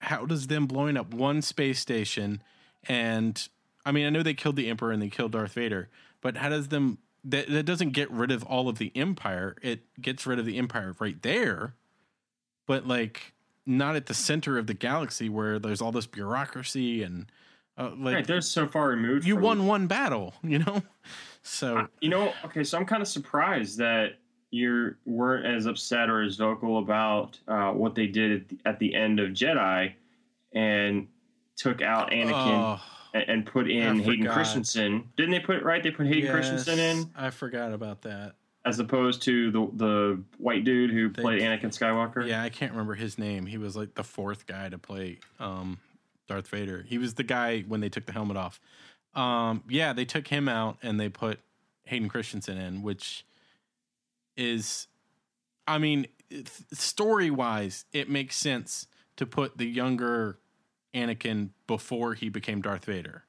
[SPEAKER 2] how does them blowing up one space station and I mean, I know they killed the emperor and they killed Darth Vader, but how does them that that doesn't get rid of all of the empire. It gets rid of the empire right there, but like not at the center of the galaxy where there's all this bureaucracy and uh, like
[SPEAKER 1] right, they're so far removed.
[SPEAKER 2] you
[SPEAKER 1] from-
[SPEAKER 2] won one battle, you know? So
[SPEAKER 1] I- Uh, You know, okay, so I'm kind of surprised that you weren't as upset or as vocal about uh, what they did at the, at the end of Jedi and took out Anakin
[SPEAKER 2] oh,
[SPEAKER 1] and, and put in
[SPEAKER 2] I
[SPEAKER 1] Hayden
[SPEAKER 2] forgot.
[SPEAKER 1] Christensen. Didn't they put right? They put Hayden Christensen
[SPEAKER 2] yes,
[SPEAKER 1] in
[SPEAKER 2] I forgot about that.
[SPEAKER 1] as opposed to the the white dude who
[SPEAKER 2] They
[SPEAKER 1] played
[SPEAKER 2] did.
[SPEAKER 1] Anakin Skywalker.
[SPEAKER 2] Yeah, I can't remember his name. He was like the fourth guy to play um, Darth Vader. He was the guy when they took the helmet off. Um, yeah, they took him out and they put Hayden Christensen in, which is, I mean, story wise, it makes sense to put the younger Anakin before he became Darth Vader,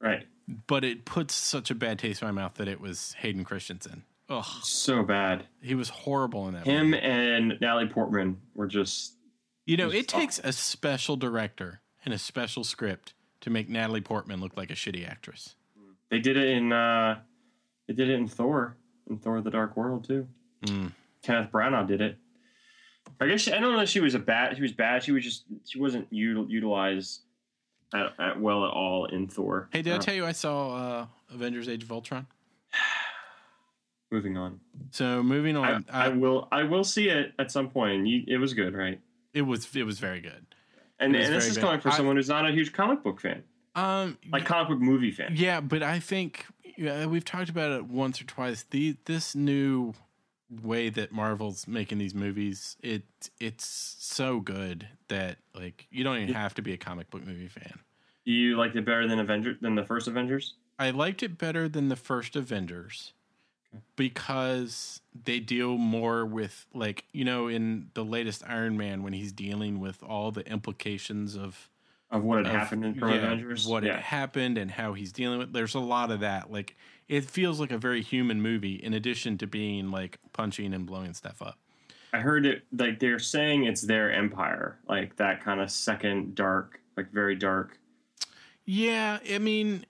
[SPEAKER 1] Right.
[SPEAKER 2] but it puts such a bad taste in my mouth that it was Hayden Christensen. Ugh,
[SPEAKER 1] So bad.
[SPEAKER 2] he was horrible in that. movie.
[SPEAKER 1] Him and Natalie Portman were just
[SPEAKER 2] You know,
[SPEAKER 1] Just
[SPEAKER 2] it takes a special director and a special script to make Natalie Portman look like a shitty actress.
[SPEAKER 1] They did it in uh they did it in Thor, in Thor the Dark World too.
[SPEAKER 2] Mm.
[SPEAKER 1] Kenneth Branagh did it. I guess she, I don't know if she was a bad she was bad. She was just she wasn't util, utilized at, at well at all in Thor.
[SPEAKER 2] Hey, did I
[SPEAKER 1] Uh,
[SPEAKER 2] tell you I saw uh, Avengers: Age of Ultron?
[SPEAKER 1] moving on.
[SPEAKER 2] So moving
[SPEAKER 1] I,
[SPEAKER 2] on,
[SPEAKER 1] I,
[SPEAKER 2] uh,
[SPEAKER 1] will I will see it at some point. You, it was good, right?
[SPEAKER 2] it was it was very good.
[SPEAKER 1] And,
[SPEAKER 2] It was
[SPEAKER 1] and this
[SPEAKER 2] very
[SPEAKER 1] is
[SPEAKER 2] good.
[SPEAKER 1] coming for
[SPEAKER 2] I-
[SPEAKER 1] someone who's not a huge comic book fan,
[SPEAKER 2] Um,
[SPEAKER 1] like comic book movie fan.
[SPEAKER 2] yeah, but I think yeah, we've talked about it once or twice. The this new way that Marvel's making these movies, it it's so good that like you don't even have to be a comic book movie fan.
[SPEAKER 1] Do you like it better than Avenger than the first Avengers?
[SPEAKER 2] I liked it better than the first Avengers because they deal more with like you know in the latest Iron Man when he's dealing with all the implications of
[SPEAKER 1] Of what had
[SPEAKER 2] of,
[SPEAKER 1] happened in from
[SPEAKER 2] yeah,
[SPEAKER 1] Avengers?
[SPEAKER 2] what
[SPEAKER 1] yeah.
[SPEAKER 2] had happened and how he's dealing with. There's a lot of that. Like it feels like a very human movie in addition to being like punching and blowing stuff up.
[SPEAKER 1] I heard it like they're saying it's their empire, like that kind of second dark, like very dark.
[SPEAKER 2] Yeah, I mean,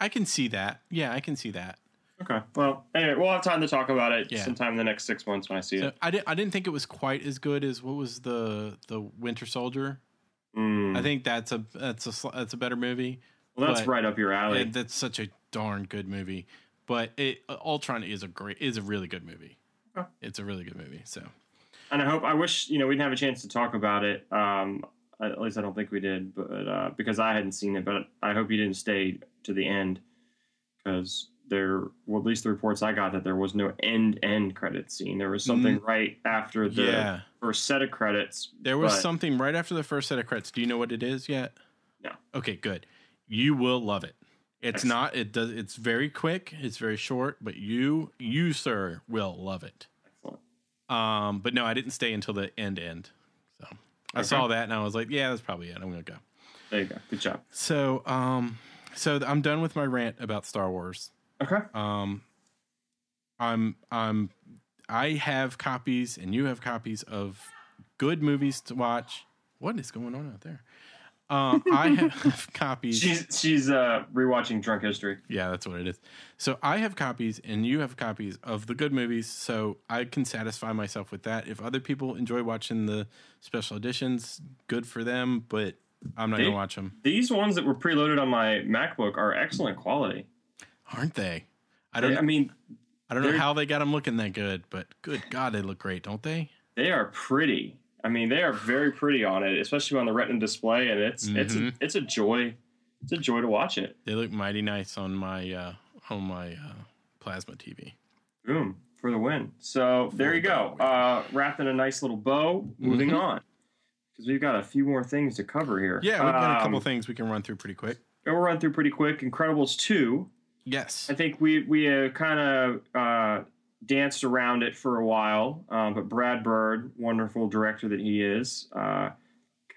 [SPEAKER 2] I can see that. Yeah, I can see that.
[SPEAKER 1] Okay. Well, anyway, we'll have time to talk about it
[SPEAKER 2] Yeah.
[SPEAKER 1] sometime in the next six months when I see
[SPEAKER 2] So
[SPEAKER 1] it.
[SPEAKER 2] I didn't. I didn't think it was quite as good as what was the the Winter Soldier.
[SPEAKER 1] Mm.
[SPEAKER 2] I think that's a that's a sl- that's a better movie.
[SPEAKER 1] well, that's
[SPEAKER 2] but-
[SPEAKER 1] right up your alley.
[SPEAKER 2] And that's such a darn good movie. But it uh, Ultron is a great is a really good movie.
[SPEAKER 1] Okay.
[SPEAKER 2] It's a really good movie. So
[SPEAKER 1] and I hope I wish you know we didn't have a chance to talk about it. Um, at least I don't think we did, but uh, because I hadn't seen it. But I hope you didn't stay to the end because there, well, at least the reports I got that there was no end end credit scene. There was something right after the
[SPEAKER 2] Mm. yeah,
[SPEAKER 1] first set of credits.
[SPEAKER 2] there was
[SPEAKER 1] but-
[SPEAKER 2] something right after the first set of credits. Do you know what it is yet?
[SPEAKER 1] No.
[SPEAKER 2] Okay, good. You will love it. It's
[SPEAKER 1] Excellent.
[SPEAKER 2] not. It does. It's very quick. It's very short. But you, you sir, will love it.
[SPEAKER 1] Excellent.
[SPEAKER 2] Um, but no, I didn't stay until the end end. So I
[SPEAKER 1] Okay.
[SPEAKER 2] saw that and I was like, yeah, that's probably it. I'm gonna go.
[SPEAKER 1] There you go. Good job.
[SPEAKER 2] So um, so th- I'm done with my rant about Star Wars.
[SPEAKER 1] Okay.
[SPEAKER 2] Um, I'm I'm I have copies and you have copies of good movies to watch. What is going on out there? Um, I have copies.
[SPEAKER 1] She's she's uh, rewatching Drunk History.
[SPEAKER 2] Yeah, that's what it is. So I have copies and you have copies of the good movies, so I can satisfy myself with that. If other people enjoy watching the special editions, good for them, but I'm not
[SPEAKER 1] They-
[SPEAKER 2] going to watch them.
[SPEAKER 1] These ones that were preloaded on my MacBook are excellent quality.
[SPEAKER 2] Aren't they? I
[SPEAKER 1] I,
[SPEAKER 2] don't
[SPEAKER 1] I mean,
[SPEAKER 2] I don't know
[SPEAKER 1] they're-
[SPEAKER 2] how they got them looking that good, but good god, they look great, don't they?
[SPEAKER 1] they are pretty. I mean, they are very pretty on it, especially on the Retina display, and it's it's a,
[SPEAKER 2] Mhm.
[SPEAKER 1] it's a joy. It's a joy to watch it.
[SPEAKER 2] They look mighty nice on my uh on my uh plasma TV.
[SPEAKER 1] Boom for the win. So there you go. Uh, wrapped in a nice little bow. Moving
[SPEAKER 2] Mhm.
[SPEAKER 1] on because we've got a few more things to cover here.
[SPEAKER 2] Yeah, we've got a couple
[SPEAKER 1] Um,
[SPEAKER 2] things we can run through pretty quick.
[SPEAKER 1] We'll run through pretty quick. Incredibles two.
[SPEAKER 2] Yes.
[SPEAKER 1] I think we we uh, kind of uh, danced around it for a while, um, but Brad Bird, wonderful director that he is, uh,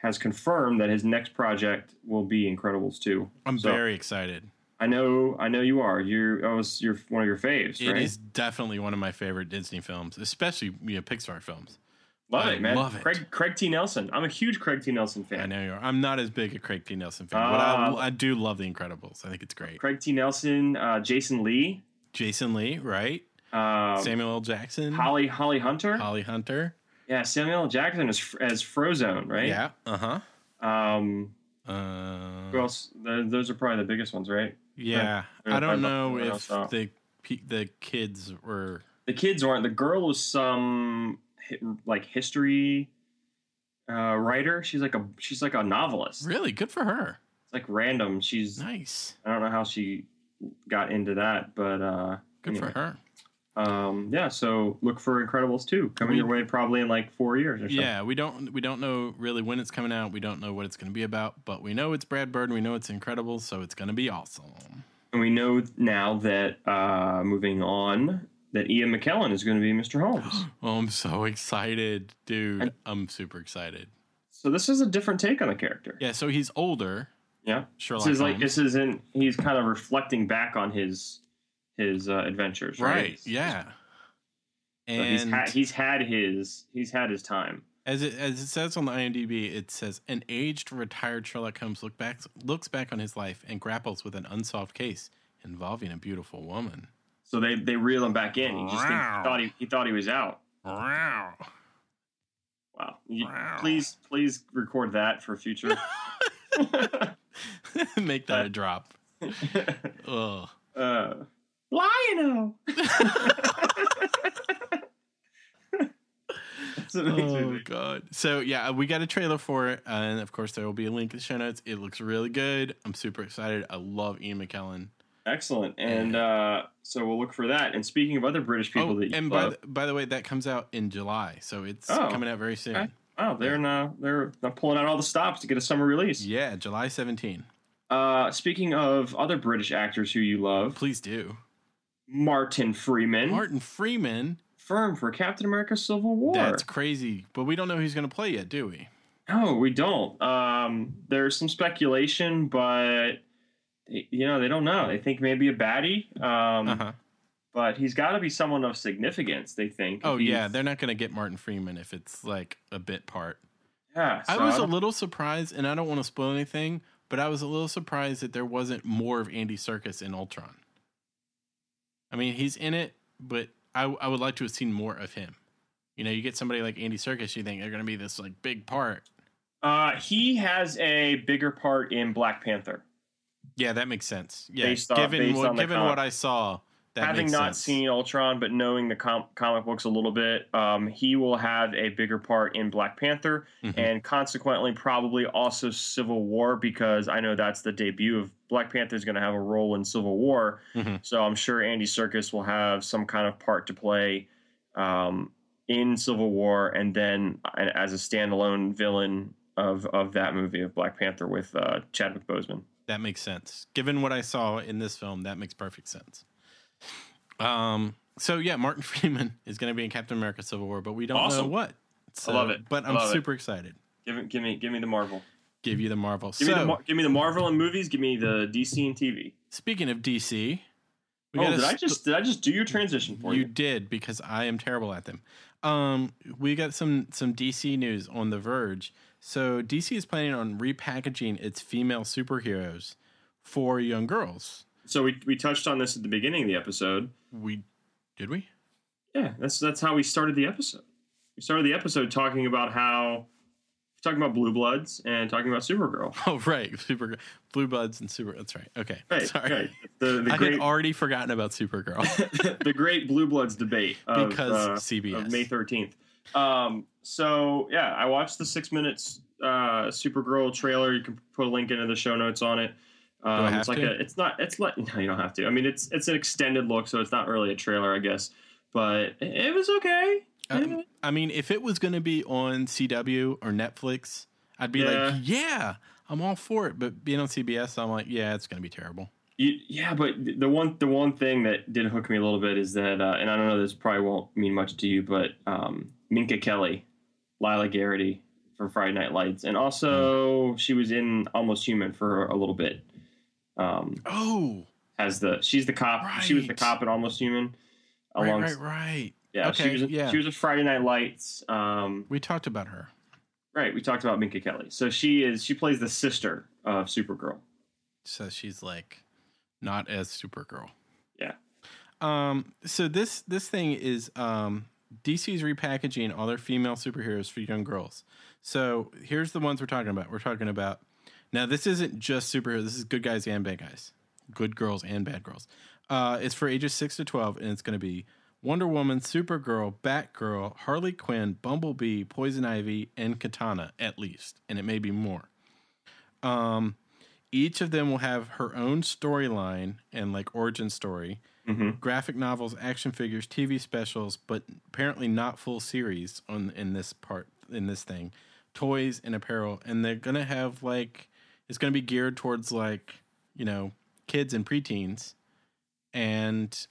[SPEAKER 1] has confirmed that his next project will be Incredibles two.
[SPEAKER 2] I'm
[SPEAKER 1] so-
[SPEAKER 2] very excited.
[SPEAKER 1] I know, I know you are. You, that was your one of your faves,
[SPEAKER 2] It
[SPEAKER 1] right?
[SPEAKER 2] is definitely one of my favorite Disney films, especially you know, Pixar films.
[SPEAKER 1] Love
[SPEAKER 2] I
[SPEAKER 1] it, man.
[SPEAKER 2] love it.
[SPEAKER 1] Craig Craig T Nelson. I'm a huge Craig T Nelson fan.
[SPEAKER 2] I know you are. I'm not as big a Craig T. Nelson fan, but
[SPEAKER 1] Ah.
[SPEAKER 2] I, I do love The Incredibles. I think it's great.
[SPEAKER 1] Craig T Nelson, uh, Jason Lee,
[SPEAKER 2] Jason Lee, right?
[SPEAKER 1] um,
[SPEAKER 2] Samuel L. Jackson,
[SPEAKER 1] Holly Holly Hunter.
[SPEAKER 2] Holly Hunter.
[SPEAKER 1] Yeah, Samuel L. Jackson is as Frozone, right?
[SPEAKER 2] Yeah. Uh-huh.
[SPEAKER 1] Um,
[SPEAKER 2] Uh
[SPEAKER 1] who else? Th- those are probably the biggest ones, right?
[SPEAKER 2] Yeah.
[SPEAKER 1] Or-
[SPEAKER 2] I don't
[SPEAKER 1] or-
[SPEAKER 2] know
[SPEAKER 1] or
[SPEAKER 2] if
[SPEAKER 1] else out.
[SPEAKER 2] the pe- the kids were
[SPEAKER 1] the kids weren't. The girl was some hi- like history uh, writer. She's like a she's like a novelist.
[SPEAKER 2] really good for her.
[SPEAKER 1] It's like random. She's
[SPEAKER 2] Nice.
[SPEAKER 1] I don't know how she got into that, but uh,
[SPEAKER 2] Good
[SPEAKER 1] Anyway.
[SPEAKER 2] for her.
[SPEAKER 1] um, yeah. So look for Incredibles two coming your way probably in like four years or so.
[SPEAKER 2] Yeah, we don't we don't know really when it's coming out. We don't know what it's going to be about, but we know it's Brad Bird. and We know it's incredible, so it's going to be awesome.
[SPEAKER 1] And we know now that uh, moving on that Ian McKellen is going to be Mr. Holmes.
[SPEAKER 2] Oh, I'm so excited, dude!
[SPEAKER 1] And-
[SPEAKER 2] I'm super excited.
[SPEAKER 1] so this is a different take on the character.
[SPEAKER 2] Yeah, so he's older.
[SPEAKER 1] yeah.
[SPEAKER 2] Sherlock
[SPEAKER 1] This is like
[SPEAKER 2] Holmes.
[SPEAKER 1] this isn't. He's kind of reflecting back on his his uh, adventures, right?
[SPEAKER 2] right?
[SPEAKER 1] He's-
[SPEAKER 2] Yeah.
[SPEAKER 1] So he's
[SPEAKER 2] And
[SPEAKER 1] had he's had his he's had his time.
[SPEAKER 2] as it as it says on the IMDb, it says an aged retired Sherlock Holmes look back looks back on his life and grapples with an unsolved case involving a beautiful woman.
[SPEAKER 1] So they they reel him back in. He just think,
[SPEAKER 2] Wow.
[SPEAKER 1] thought he, he thought he was out.
[SPEAKER 2] Wow.
[SPEAKER 1] Wow. You-
[SPEAKER 2] Wow.
[SPEAKER 1] Please please record that for future.
[SPEAKER 2] Make that a
[SPEAKER 1] That-
[SPEAKER 2] drop. Ugh.
[SPEAKER 1] uh, Lionel. That's an amazing
[SPEAKER 2] Oh
[SPEAKER 1] thing.
[SPEAKER 2] god. So yeah, we got a trailer for it, uh, and of course there will be a link in the show notes. It looks really good. I'm super excited. I love Ian McKellen.
[SPEAKER 1] Excellent. And uh, so we'll look for that. And speaking of other British people
[SPEAKER 2] Oh,
[SPEAKER 1] that you
[SPEAKER 2] and by
[SPEAKER 1] love,
[SPEAKER 2] the, by the way, that comes out in July, so it's
[SPEAKER 1] Oh,
[SPEAKER 2] coming out very soon.
[SPEAKER 1] okay. oh, they're now they're now pulling out all the stops to get a summer release.
[SPEAKER 2] Yeah, July 17.
[SPEAKER 1] Uh, speaking of other British actors who you love,
[SPEAKER 2] Please do.
[SPEAKER 1] Martin Freeman,
[SPEAKER 2] Martin Freeman.
[SPEAKER 1] firm for Captain America: Civil War.
[SPEAKER 2] That's crazy, but we don't know who he's going to play yet, do we?
[SPEAKER 1] No, we don't. Um, there's some speculation, but you know they don't know. They think maybe a baddie, um,
[SPEAKER 2] Uh huh.
[SPEAKER 1] but he's got to be someone of significance. They think.
[SPEAKER 2] Oh
[SPEAKER 1] He's-
[SPEAKER 2] yeah, they're not going to get Martin Freeman if it's like a bit part.
[SPEAKER 1] yeah. so
[SPEAKER 2] I was
[SPEAKER 1] I
[SPEAKER 2] a
[SPEAKER 1] don't-
[SPEAKER 2] little surprised, and I don't want to spoil anything, but I was a little surprised that there wasn't more of Andy Circus in Ultron. I mean, he's in it, but I, I would like to have seen more of him. You know, you get somebody like Andy Circus, you think they're going to be this like big part.
[SPEAKER 1] uh, he has a bigger part in Black Panther.
[SPEAKER 2] Yeah, that makes sense. Yeah,
[SPEAKER 1] Based on-
[SPEAKER 2] given
[SPEAKER 1] based
[SPEAKER 2] what,
[SPEAKER 1] on the
[SPEAKER 2] given
[SPEAKER 1] con-
[SPEAKER 2] what I saw, that
[SPEAKER 1] Having
[SPEAKER 2] makes
[SPEAKER 1] not
[SPEAKER 2] sense.
[SPEAKER 1] seen Ultron, but knowing the com- comic books a little bit, um, he will have a bigger part in Black Panther,
[SPEAKER 2] Mhm.
[SPEAKER 1] and consequently, probably also Civil War, because I know that's the debut of Black Panther is going to have a role in Civil War.
[SPEAKER 2] Mhm.
[SPEAKER 1] So I'm sure Andy Circus will have some kind of part to play um, in Civil War, and then a- as a standalone villain of of that movie of Black Panther with uh, Chadwick Boseman.
[SPEAKER 2] That makes sense. Given what I saw in this film, that makes perfect sense. Um. So yeah, Martin Freeman is going to be in Captain America: Civil War, but we don't
[SPEAKER 1] Awesome.
[SPEAKER 2] know what. So-
[SPEAKER 1] love it.
[SPEAKER 2] But
[SPEAKER 1] I
[SPEAKER 2] I'm
[SPEAKER 1] love it.
[SPEAKER 2] super excited.
[SPEAKER 1] Give it, give me give me the Marvel.
[SPEAKER 2] Give you the Marvel.
[SPEAKER 1] Give, me
[SPEAKER 2] so
[SPEAKER 1] the, Mar- give me the Marvel and movies. Give me the DC and TV.
[SPEAKER 2] speaking of DC, we
[SPEAKER 1] oh,
[SPEAKER 2] gotta
[SPEAKER 1] did I
[SPEAKER 2] st-
[SPEAKER 1] just did I just do your transition for
[SPEAKER 2] you
[SPEAKER 1] you?
[SPEAKER 2] did because I am terrible at them. Um, we got some some DC news on the Verge. So DC is planning on repackaging its female superheroes for young girls.
[SPEAKER 1] So we, we touched on this at the beginning of the episode.
[SPEAKER 2] We did we?
[SPEAKER 1] Yeah, that's that's how we started the episode. We started the episode talking about how talking about Blue Bloods and talking about Supergirl.
[SPEAKER 2] Oh right, Supergirl, Blue Buds, and Super. That's right. Okay,
[SPEAKER 1] Right,
[SPEAKER 2] sorry,
[SPEAKER 1] right. The, the
[SPEAKER 2] I
[SPEAKER 1] great
[SPEAKER 2] had already forgotten about Supergirl
[SPEAKER 1] the great Blue Bloods debate of,
[SPEAKER 2] because
[SPEAKER 1] uh,
[SPEAKER 2] CBS.
[SPEAKER 1] of May thirteenth. Um, so yeah, I watched the six minutes uh, Supergirl trailer. You can put a link into the show notes on it. Um,
[SPEAKER 2] have
[SPEAKER 1] it's like
[SPEAKER 2] to?
[SPEAKER 1] a, it's not, it's like, no, you don't have to. I mean, it's, it's an extended look, so it's not really a trailer, I guess, but it, it was okay.
[SPEAKER 2] Um, I mean, if it was going to be on CW or Netflix, I'd be like, yeah, I'm all for it. But being on CBS, I'm like, yeah, it's going to be terrible.
[SPEAKER 1] You- yeah, but the one, the one thing that did hook me a little bit is that, uh, and I don't know, this probably won't mean much to you, but um, Minka Kelly, Lila Garrity for Friday Night Lights, and also
[SPEAKER 2] Mm.
[SPEAKER 1] she was in Almost Human for a little bit. Um,
[SPEAKER 2] Oh,
[SPEAKER 1] as the she's the cop. She was the
[SPEAKER 2] Right.
[SPEAKER 1] cop in Almost Human.
[SPEAKER 2] right,
[SPEAKER 1] Along,
[SPEAKER 2] right, right.
[SPEAKER 1] yeah,
[SPEAKER 2] Okay,
[SPEAKER 1] she was. in-
[SPEAKER 2] yeah.
[SPEAKER 1] she was a Friday Night Lights. Um,
[SPEAKER 2] We talked about her.
[SPEAKER 1] right, we talked about Minka Kelly. So she is. She plays the sister of Supergirl.
[SPEAKER 2] so she's like not as supergirl
[SPEAKER 1] Yeah.
[SPEAKER 2] um so this this thing is um dc's repackaging all their female superheroes for young girls so here's the ones we're talking about we're talking about now this isn't just superheroes this is good guys and bad guys good girls and bad girls uh it's for ages 6 to 12 and it's going to be wonder woman supergirl batgirl harley quinn bumblebee poison ivy and katana at least and it may be more um each of them will have her own storyline and like origin story
[SPEAKER 1] Mm-hmm.
[SPEAKER 2] graphic novels action figures tv specials but apparently not full series on in this part in this thing toys and apparel and they're gonna have like it's gonna be geared towards like you know kids and preteens and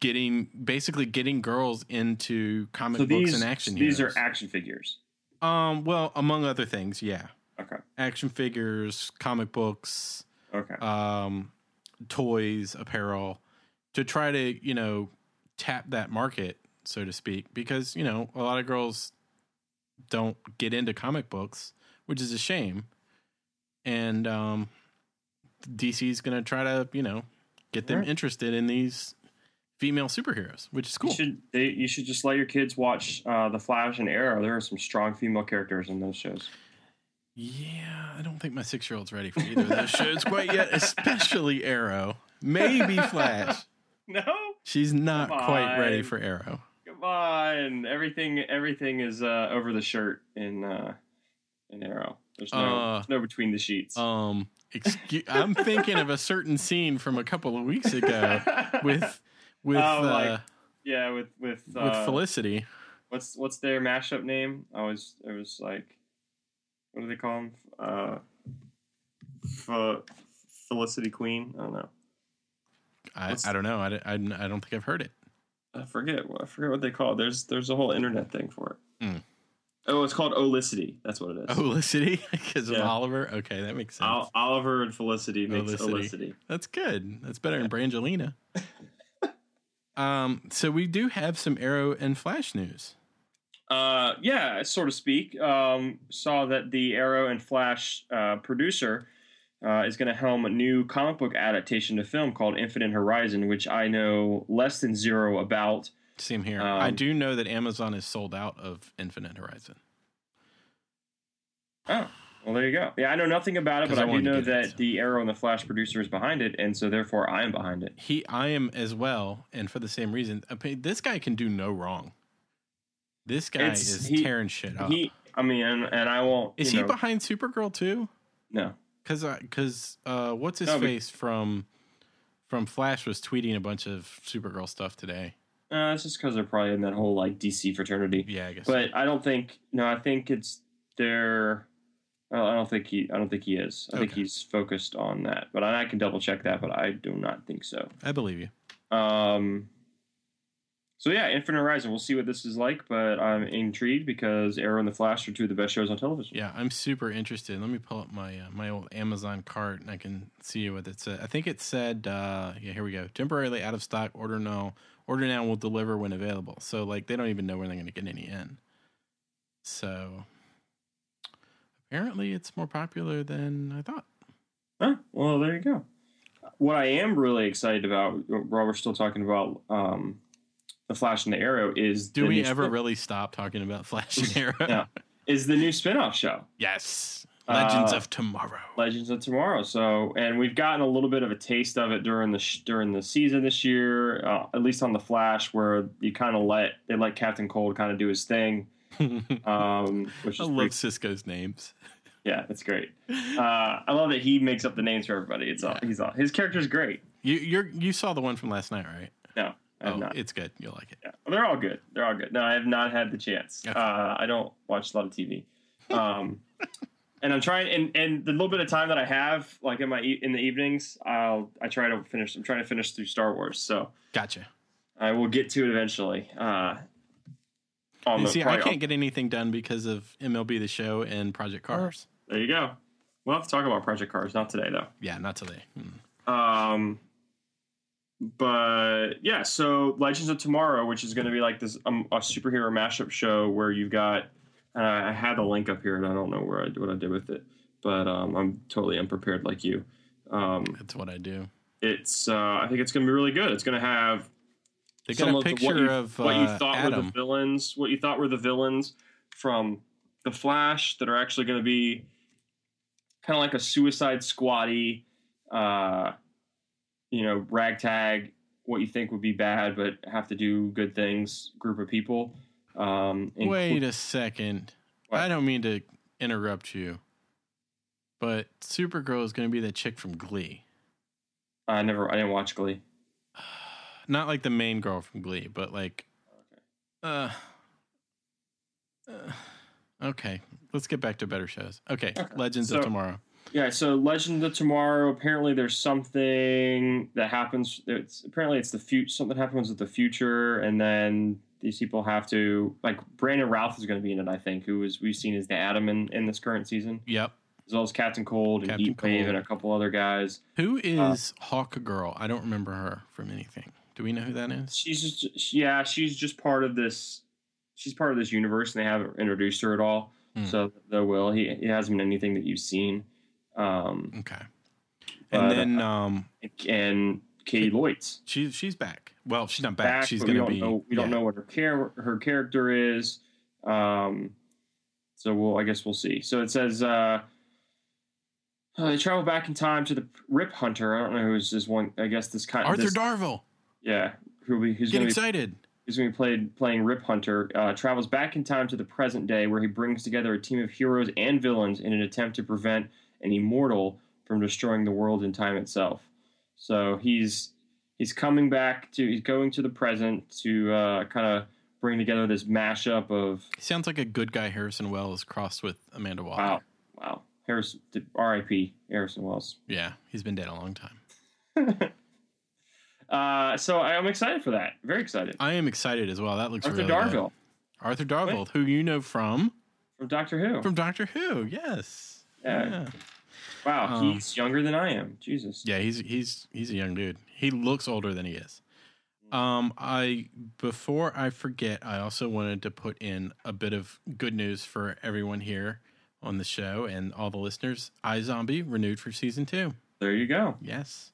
[SPEAKER 2] getting basically getting girls into comic
[SPEAKER 1] So
[SPEAKER 2] books
[SPEAKER 1] these
[SPEAKER 2] and action
[SPEAKER 1] these
[SPEAKER 2] heroes.
[SPEAKER 1] are action figures.
[SPEAKER 2] um well among other things yeah
[SPEAKER 1] Okay.
[SPEAKER 2] action figures comic books
[SPEAKER 1] Okay.
[SPEAKER 2] um, toys, apparel, to try to you know tap that market, so to speak, because you know a lot of girls don't get into comic books, which is a shame. And um, DC's going to try to you know get them
[SPEAKER 1] Right.
[SPEAKER 2] interested in these female superheroes, which is cool.
[SPEAKER 1] You should they, you should just let your kids watch uh, the Flash and Arrow. There are some strong female characters in those shows.
[SPEAKER 2] Yeah, I don't think my six year old's ready for either of those shows quite yet, especially Arrow. Maybe Flash.
[SPEAKER 1] No,
[SPEAKER 2] She's not
[SPEAKER 1] Come
[SPEAKER 2] quite ready
[SPEAKER 1] on.
[SPEAKER 2] for Arrow.
[SPEAKER 1] come on. Everything everything is uh, over the shirt in uh, in Arrow. There's no
[SPEAKER 2] Uh,
[SPEAKER 1] there's no between the sheets.
[SPEAKER 2] Um, Excuse, I'm thinking of a certain scene from a couple of weeks ago with with
[SPEAKER 1] Oh,
[SPEAKER 2] uh,
[SPEAKER 1] like, yeah, with with,
[SPEAKER 2] with
[SPEAKER 1] uh,
[SPEAKER 2] Felicity.
[SPEAKER 1] what's what's their mashup name? I was it was like, what do they call them? Uh, Fe- Felicity Queen. I don't know.
[SPEAKER 2] I,
[SPEAKER 1] what's-
[SPEAKER 2] I don't know. I, don't- I, don't- I don't think I've heard it.
[SPEAKER 1] I forget. I forget what they call. It. There's there's a whole internet thing for it.
[SPEAKER 2] Mm.
[SPEAKER 1] Oh, it's called Olicity. That's what it is.
[SPEAKER 2] Oh, Felicity because of
[SPEAKER 1] Yeah. Oh.
[SPEAKER 2] Oliver. Okay, that makes sense.
[SPEAKER 1] Ol- Oliver and Felicity makes
[SPEAKER 2] Olicity.
[SPEAKER 1] Olicity.
[SPEAKER 2] That's good. That's better than Brangelina. um, so we do have some Arrow and Flash news.
[SPEAKER 1] Uh, yeah, so to speak. Um, saw that the Arrow and Flash uh, producer uh, is going to helm a new comic book adaptation to film called Infinite Horizon, which I know less than zero about.
[SPEAKER 2] Same here.
[SPEAKER 1] Um,
[SPEAKER 2] I do know that Amazon is sold out of Infinite Horizon.
[SPEAKER 1] Oh, well, there you go. Yeah, I know nothing about it,
[SPEAKER 2] 'Cause
[SPEAKER 1] but
[SPEAKER 2] I
[SPEAKER 1] I, do
[SPEAKER 2] wanted to
[SPEAKER 1] know
[SPEAKER 2] get it,
[SPEAKER 1] that
[SPEAKER 2] so.
[SPEAKER 1] the Arrow and the Flash producer is behind it, and so therefore I am behind it.
[SPEAKER 2] He, I am as well, and for the same reason. I mean, This guy can do no wrong. This guy
[SPEAKER 1] It's-
[SPEAKER 2] is
[SPEAKER 1] he-
[SPEAKER 2] tearing shit up.
[SPEAKER 1] He, I mean, and, and I won't.
[SPEAKER 2] is
[SPEAKER 1] you
[SPEAKER 2] he
[SPEAKER 1] know,
[SPEAKER 2] behind Supergirl too?
[SPEAKER 1] No.
[SPEAKER 2] Because, because, uh, what's his
[SPEAKER 1] No, but-
[SPEAKER 2] face from from Flash was tweeting a bunch of Supergirl stuff today.
[SPEAKER 1] Uh, it's just because they're probably in that whole like DC fraternity.
[SPEAKER 2] Yeah, I guess.
[SPEAKER 1] But I don't think. No, I think it's their. I don't- I don't think he. I don't think he is. I think
[SPEAKER 2] Okay.
[SPEAKER 1] he's focused on that. But I, I can double check that. But I do not think so.
[SPEAKER 2] I believe you.
[SPEAKER 1] Um. So yeah, Infinite Horizon. We'll see what this is like, but I'm intrigued because Arrow and the Flash are two of the best shows on television.
[SPEAKER 2] Yeah, I'm super interested. Let me pull up my uh, my old Amazon cart and I can see what it said. I think it said, uh, yeah, here we go. Temporarily out of stock. Order now. Order now. Will deliver when available. So like they don't even know when they're going to get any in. So apparently, it's more popular than I thought.
[SPEAKER 1] Huh? Well, there you go. What I am really excited about, while we're still talking about um, the Flash and the Arrow, is
[SPEAKER 2] Do
[SPEAKER 1] the
[SPEAKER 2] we
[SPEAKER 1] new
[SPEAKER 2] ever
[SPEAKER 1] spin-
[SPEAKER 2] really stop talking about Flash and Arrow?
[SPEAKER 1] No. is the new spin-off show
[SPEAKER 2] Yes. Legends
[SPEAKER 1] Uh,
[SPEAKER 2] of Tomorrow.
[SPEAKER 1] Legends of Tomorrow. So, and we've gotten a little bit of a taste of it during the sh- during the season this year, uh, at least on the Flash, where you kind of let they let Captain Cold kind of do his thing, um, which
[SPEAKER 2] I
[SPEAKER 1] is
[SPEAKER 2] love
[SPEAKER 1] pretty,
[SPEAKER 2] Cisco's names.
[SPEAKER 1] yeah, it's great. Uh, I love that he makes up the names for everybody. It's all,
[SPEAKER 2] Yeah.
[SPEAKER 1] he's all, his character's great.
[SPEAKER 2] You you're, you saw the one from last night, right?
[SPEAKER 1] No, I'm
[SPEAKER 2] oh,
[SPEAKER 1] not.
[SPEAKER 2] it's good. You'll like it.
[SPEAKER 1] Yeah, they're all good. They're all good. No, I have not had the chance.
[SPEAKER 2] Okay.
[SPEAKER 1] Uh, I don't watch a lot of TV, um, and I'm trying. And, and the little bit of time that I have, like in my e- in the evenings, I'll I try to finish. I'm trying to finish through Star Wars, so
[SPEAKER 2] Gotcha.
[SPEAKER 1] I will get to it eventually. Uh, on
[SPEAKER 2] You
[SPEAKER 1] the
[SPEAKER 2] see, I
[SPEAKER 1] probably-
[SPEAKER 2] can't get anything done because of MLB The Show and Project Cars.
[SPEAKER 1] There you go. We'll have to talk about Project Cars. Not today, though.
[SPEAKER 2] Yeah, not today. Mm.
[SPEAKER 1] Um, but yeah, so Legends of Tomorrow, which is going to be like this um, a superhero mashup show where you've got. And I I had the link up here, and I don't know where I what I did with it, but um, I'm totally unprepared, like you. Um,
[SPEAKER 2] That's what I do.
[SPEAKER 1] it's uh, I think it's going to be really good. It's going to have
[SPEAKER 2] They got
[SPEAKER 1] some
[SPEAKER 2] a
[SPEAKER 1] of the-
[SPEAKER 2] picture
[SPEAKER 1] what you,
[SPEAKER 2] of
[SPEAKER 1] what you
[SPEAKER 2] uh,
[SPEAKER 1] thought were the
[SPEAKER 2] Adam.
[SPEAKER 1] villains, what you thought were the villains from the Flash that are actually going to be kind of like a Suicide Squatty, uh, you know, ragtag. What you think would be bad, but have to do good things. Group of people. Um, and-
[SPEAKER 2] Wait a second.
[SPEAKER 1] What?
[SPEAKER 2] I don't mean to interrupt you, but Supergirl is going to be the chick from Glee.
[SPEAKER 1] I never. I didn't watch Glee.
[SPEAKER 2] Not like the main girl from Glee, but like. Uh, uh, okay, let's get back to better shows. Okay,
[SPEAKER 1] Okay,
[SPEAKER 2] Legends
[SPEAKER 1] so-
[SPEAKER 2] of Tomorrow.
[SPEAKER 1] Yeah, so Legend of Tomorrow. Apparently, there's something that happens. It's apparently it's the future. Something happens with the future, and then these people have to like Brandon Ralph is going to be in it. I think who is we've seen as the Atom in, in this current season,
[SPEAKER 2] Yep.
[SPEAKER 1] as well as Captain Cold and
[SPEAKER 2] Captain
[SPEAKER 1] Heatwave
[SPEAKER 2] Cold.
[SPEAKER 1] and a couple other guys.
[SPEAKER 2] Who
[SPEAKER 1] Uh.
[SPEAKER 2] is Hawk Girl? I don't remember her from anything. Do we know who that is?
[SPEAKER 1] She's just she- yeah, she's just part of this. She's part of this universe, and they haven't introduced her at all.
[SPEAKER 2] Hmm.
[SPEAKER 1] So they will. He, he hasn't been anything that you've seen. Um,
[SPEAKER 2] Okay.
[SPEAKER 1] But,
[SPEAKER 2] And
[SPEAKER 1] uh,
[SPEAKER 2] then um,
[SPEAKER 1] and Katie Lloyd's.
[SPEAKER 2] she's she's back. Well, she's not back.
[SPEAKER 1] back.
[SPEAKER 2] she's
[SPEAKER 1] but we
[SPEAKER 2] gonna
[SPEAKER 1] don't
[SPEAKER 2] be.
[SPEAKER 1] Know, we don't
[SPEAKER 2] yeah.
[SPEAKER 1] know what her care her character is. Um, so we'll I guess we'll see. So it says uh, uh, they travel back in time to the Rip Hunter. I don't know who's this one. I guess this kind.
[SPEAKER 2] Arthur
[SPEAKER 1] this,
[SPEAKER 2] Darville.
[SPEAKER 1] Yeah, who be who's
[SPEAKER 2] Get
[SPEAKER 1] going to be
[SPEAKER 2] excited.
[SPEAKER 1] who's going to be played playing Rip Hunter, uh, travels back in time to the present day, where he brings together a team of heroes and villains in an attempt to prevent an immortal from destroying the world and time itself. So he's he's coming back to he's going to the present to uh, kind of bring together this mashup of
[SPEAKER 2] He sounds like a good guy Harrison Wells crossed with Amanda Waller.
[SPEAKER 1] wow wow Harrison R.I.P. Harrison Wells.
[SPEAKER 2] Yeah, he's been dead a long time.
[SPEAKER 1] Uh, so I, I'm excited for that. Very excited.
[SPEAKER 2] I am excited as well. That looks
[SPEAKER 1] Arthur
[SPEAKER 2] really
[SPEAKER 1] Darville
[SPEAKER 2] Good. Arthur Darville, who you know from
[SPEAKER 1] from Doctor Who.
[SPEAKER 2] from Doctor Who. Yes.
[SPEAKER 1] Yeah. wow,
[SPEAKER 2] um,
[SPEAKER 1] he's younger than I am. Jesus.
[SPEAKER 2] Yeah, he's he's he's a young dude. He looks older than he is.
[SPEAKER 1] Mm.
[SPEAKER 2] Um, I before I forget, I also wanted to put in a bit of good news for everyone here on the show and all the listeners. iZombie renewed for season two.
[SPEAKER 1] There you go.
[SPEAKER 2] Yes.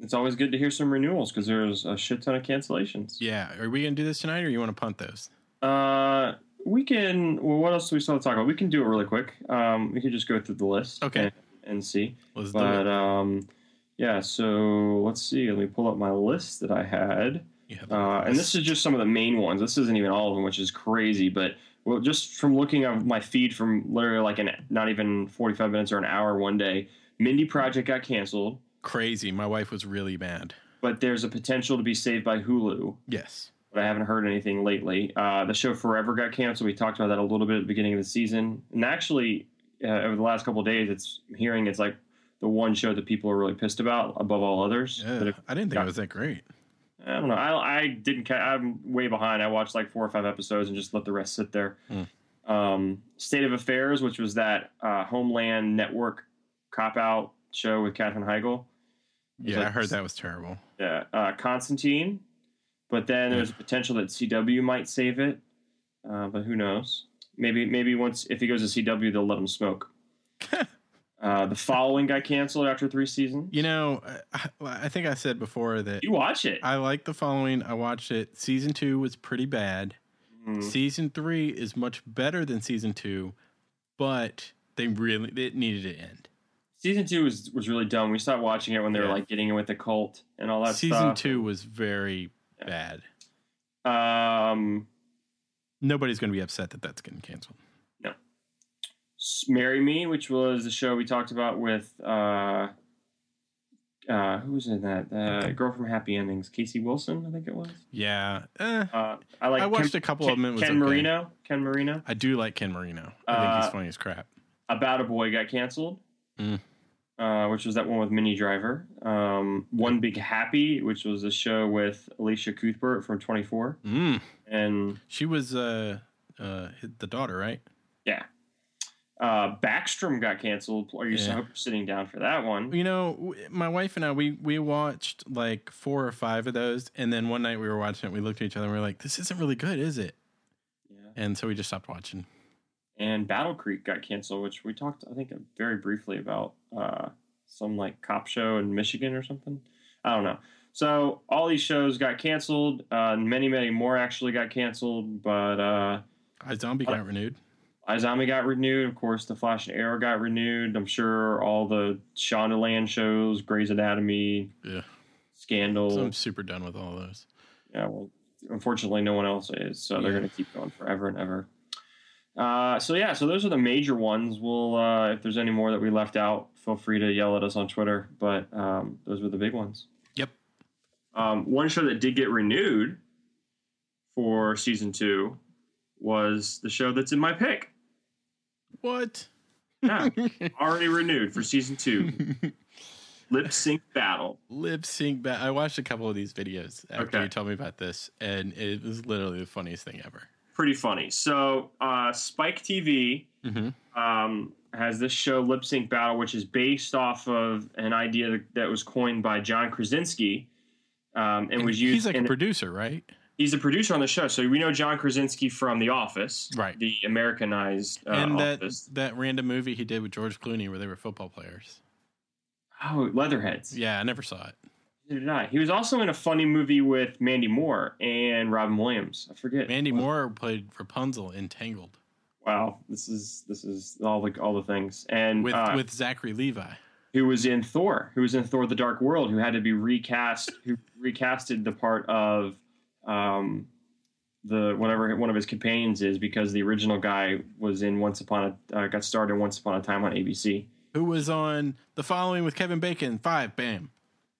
[SPEAKER 1] It's always good to hear some renewals because there's a shit ton of cancellations.
[SPEAKER 2] Yeah. Are we gonna do this tonight, or you want to punt those?
[SPEAKER 1] Uh, we can. Well, what else do we still have to talk about? We can do it really quick. Um, we could just go through the list.
[SPEAKER 2] Okay.
[SPEAKER 1] And, and see.
[SPEAKER 2] Let's do
[SPEAKER 1] But
[SPEAKER 2] it.
[SPEAKER 1] um, yeah. So let's see. Let me pull up my list that I had.
[SPEAKER 2] You have
[SPEAKER 1] Uh, and this is just some of the main ones. This isn't even all of them, which is crazy. But well, just from looking at my feed from literally like an not even forty five minutes or an hour one day, Mindy Project got canceled.
[SPEAKER 2] crazy. My wife was really mad.
[SPEAKER 1] But there's a potential to be saved by Hulu.
[SPEAKER 2] Yes.
[SPEAKER 1] but I haven't heard anything lately. Uh, the show Forever got canceled. We talked about that a little bit at the beginning of the season, and actually, uh, over the last couple of days, it's hearing it's like the one show that people are really pissed about above all others.
[SPEAKER 2] Yeah.
[SPEAKER 1] But if,
[SPEAKER 2] I didn't think
[SPEAKER 1] yeah.
[SPEAKER 2] it was that great.
[SPEAKER 1] I don't know. I, I didn't. Ca- I'm way behind. I watched like four or five episodes and just let the rest sit there.
[SPEAKER 2] Hmm.
[SPEAKER 1] Um, State of Affairs, which was that uh, Homeland Network cop out show with Katherine Heigl.
[SPEAKER 2] Yeah,
[SPEAKER 1] like-
[SPEAKER 2] I heard that was terrible.
[SPEAKER 1] Yeah, uh, Constantine. But then there's a potential that CW might save it. Uh, but who knows? Maybe maybe once if he goes to CW, they'll let him smoke. uh, the following got canceled after three seasons.
[SPEAKER 2] You know, I, I think I said before that
[SPEAKER 1] You watch it.
[SPEAKER 2] I like the following. I watched it. Season two was pretty bad.
[SPEAKER 1] Mm.
[SPEAKER 2] Season three is much better than season two, but they really it needed to end.
[SPEAKER 1] Season two was was really dumb. We stopped watching it when they were
[SPEAKER 2] Yeah.
[SPEAKER 1] like getting in with the cult and all that
[SPEAKER 2] season
[SPEAKER 1] stuff.
[SPEAKER 2] two was very
[SPEAKER 1] Yeah.
[SPEAKER 2] bad.
[SPEAKER 1] two. Um,
[SPEAKER 2] Nobody's going to be upset that that's getting canceled.
[SPEAKER 1] S- Marry Me, which was the show we talked about with uh, uh, who was in that? Uh, Girl from Happy Endings, Casey Wilson, I think it was.
[SPEAKER 2] Yeah, eh,
[SPEAKER 1] Uh, I like.
[SPEAKER 2] I watched
[SPEAKER 1] Ken,
[SPEAKER 2] a couple of
[SPEAKER 1] Ken,
[SPEAKER 2] them. It was
[SPEAKER 1] Ken
[SPEAKER 2] okay.
[SPEAKER 1] Marino. Ken Marino.
[SPEAKER 2] I do like Ken Marino. I think
[SPEAKER 1] Uh,
[SPEAKER 2] he's funny as crap.
[SPEAKER 1] About a Boy got canceled,
[SPEAKER 2] Mm.
[SPEAKER 1] uh, which was that one with Minnie Driver. Um, one Big Happy, which was a show with Alicia Cuthbert from 24,
[SPEAKER 2] Mm.
[SPEAKER 1] and
[SPEAKER 2] She was uh, uh, the daughter, right?
[SPEAKER 1] uh, Backstrom got canceled. Are you
[SPEAKER 2] Yeah.
[SPEAKER 1] I hope you're sitting down for that one?
[SPEAKER 2] You know, w- my wife and I we we watched like four or five of those, and then one night we were watching it. We looked at each other and we were like, "This isn't really good, is it?"
[SPEAKER 1] Yeah.
[SPEAKER 2] And so we just stopped watching.
[SPEAKER 1] and Battle Creek got canceled, which we talked, I think, very briefly about uh, some like cop show in Michigan or something. I don't know. So all these shows got canceled. Uh, and many, many more actually got canceled. But uh,
[SPEAKER 2] I Zombie got renewed.
[SPEAKER 1] iZombie got renewed. Of course, The Flash and Arrow got renewed. I'm sure all the Shondaland shows, Grey's Anatomy,
[SPEAKER 2] Yeah,
[SPEAKER 1] Scandal.
[SPEAKER 2] so I'm super done with all those.
[SPEAKER 1] Yeah, well, unfortunately, no one else is, so they're
[SPEAKER 2] Yeah.
[SPEAKER 1] going to keep going forever and ever. Uh, so yeah, so those are the major ones. We'll uh, if there's any more that we left out, feel free to yell at us on Twitter. But um, those were the big ones.
[SPEAKER 2] Yep.
[SPEAKER 1] Um, one show that did get renewed for season two was the show that's in my pick.
[SPEAKER 2] What?
[SPEAKER 1] Yeah, already renewed for season two. Lip sync battle.
[SPEAKER 2] Lip sync. Ba- I watched a couple of these videos after
[SPEAKER 1] Okay.
[SPEAKER 2] you told me about this, and it was literally the funniest thing ever.
[SPEAKER 1] Pretty funny. So uh, Spike TV
[SPEAKER 2] Mm-hmm.
[SPEAKER 1] um, has this show Lip Sync Battle, which is based off of an idea that, that was coined by John Krasinski, um, and, was used.
[SPEAKER 2] He's like
[SPEAKER 1] and
[SPEAKER 2] a producer, right?
[SPEAKER 1] he's a producer on the show, so we know John Krasinski from The Office,
[SPEAKER 2] Right.
[SPEAKER 1] The Americanized uh,
[SPEAKER 2] and that
[SPEAKER 1] Office.
[SPEAKER 2] that random movie he did with George Clooney where they were football players.
[SPEAKER 1] Oh, Leatherheads.
[SPEAKER 2] Yeah, I never saw it.
[SPEAKER 1] Neither did I. He was also in a funny movie with Mandy Moore and Robin Williams. I forget.
[SPEAKER 2] Mandy Moore played Rapunzel in Tangled
[SPEAKER 1] Wow, this is this is all the all the things and
[SPEAKER 2] with
[SPEAKER 1] uh,
[SPEAKER 2] with Zachary Levi.
[SPEAKER 1] who was in Thor, who was in Thor: The Dark World, who had to be recast, who recasted the part of um, the whatever one of his companions is because the original guy was in Once Upon a uh, got starred in Once Upon a Time on ABC.
[SPEAKER 2] who was on the following with Kevin Bacon. Five, bam.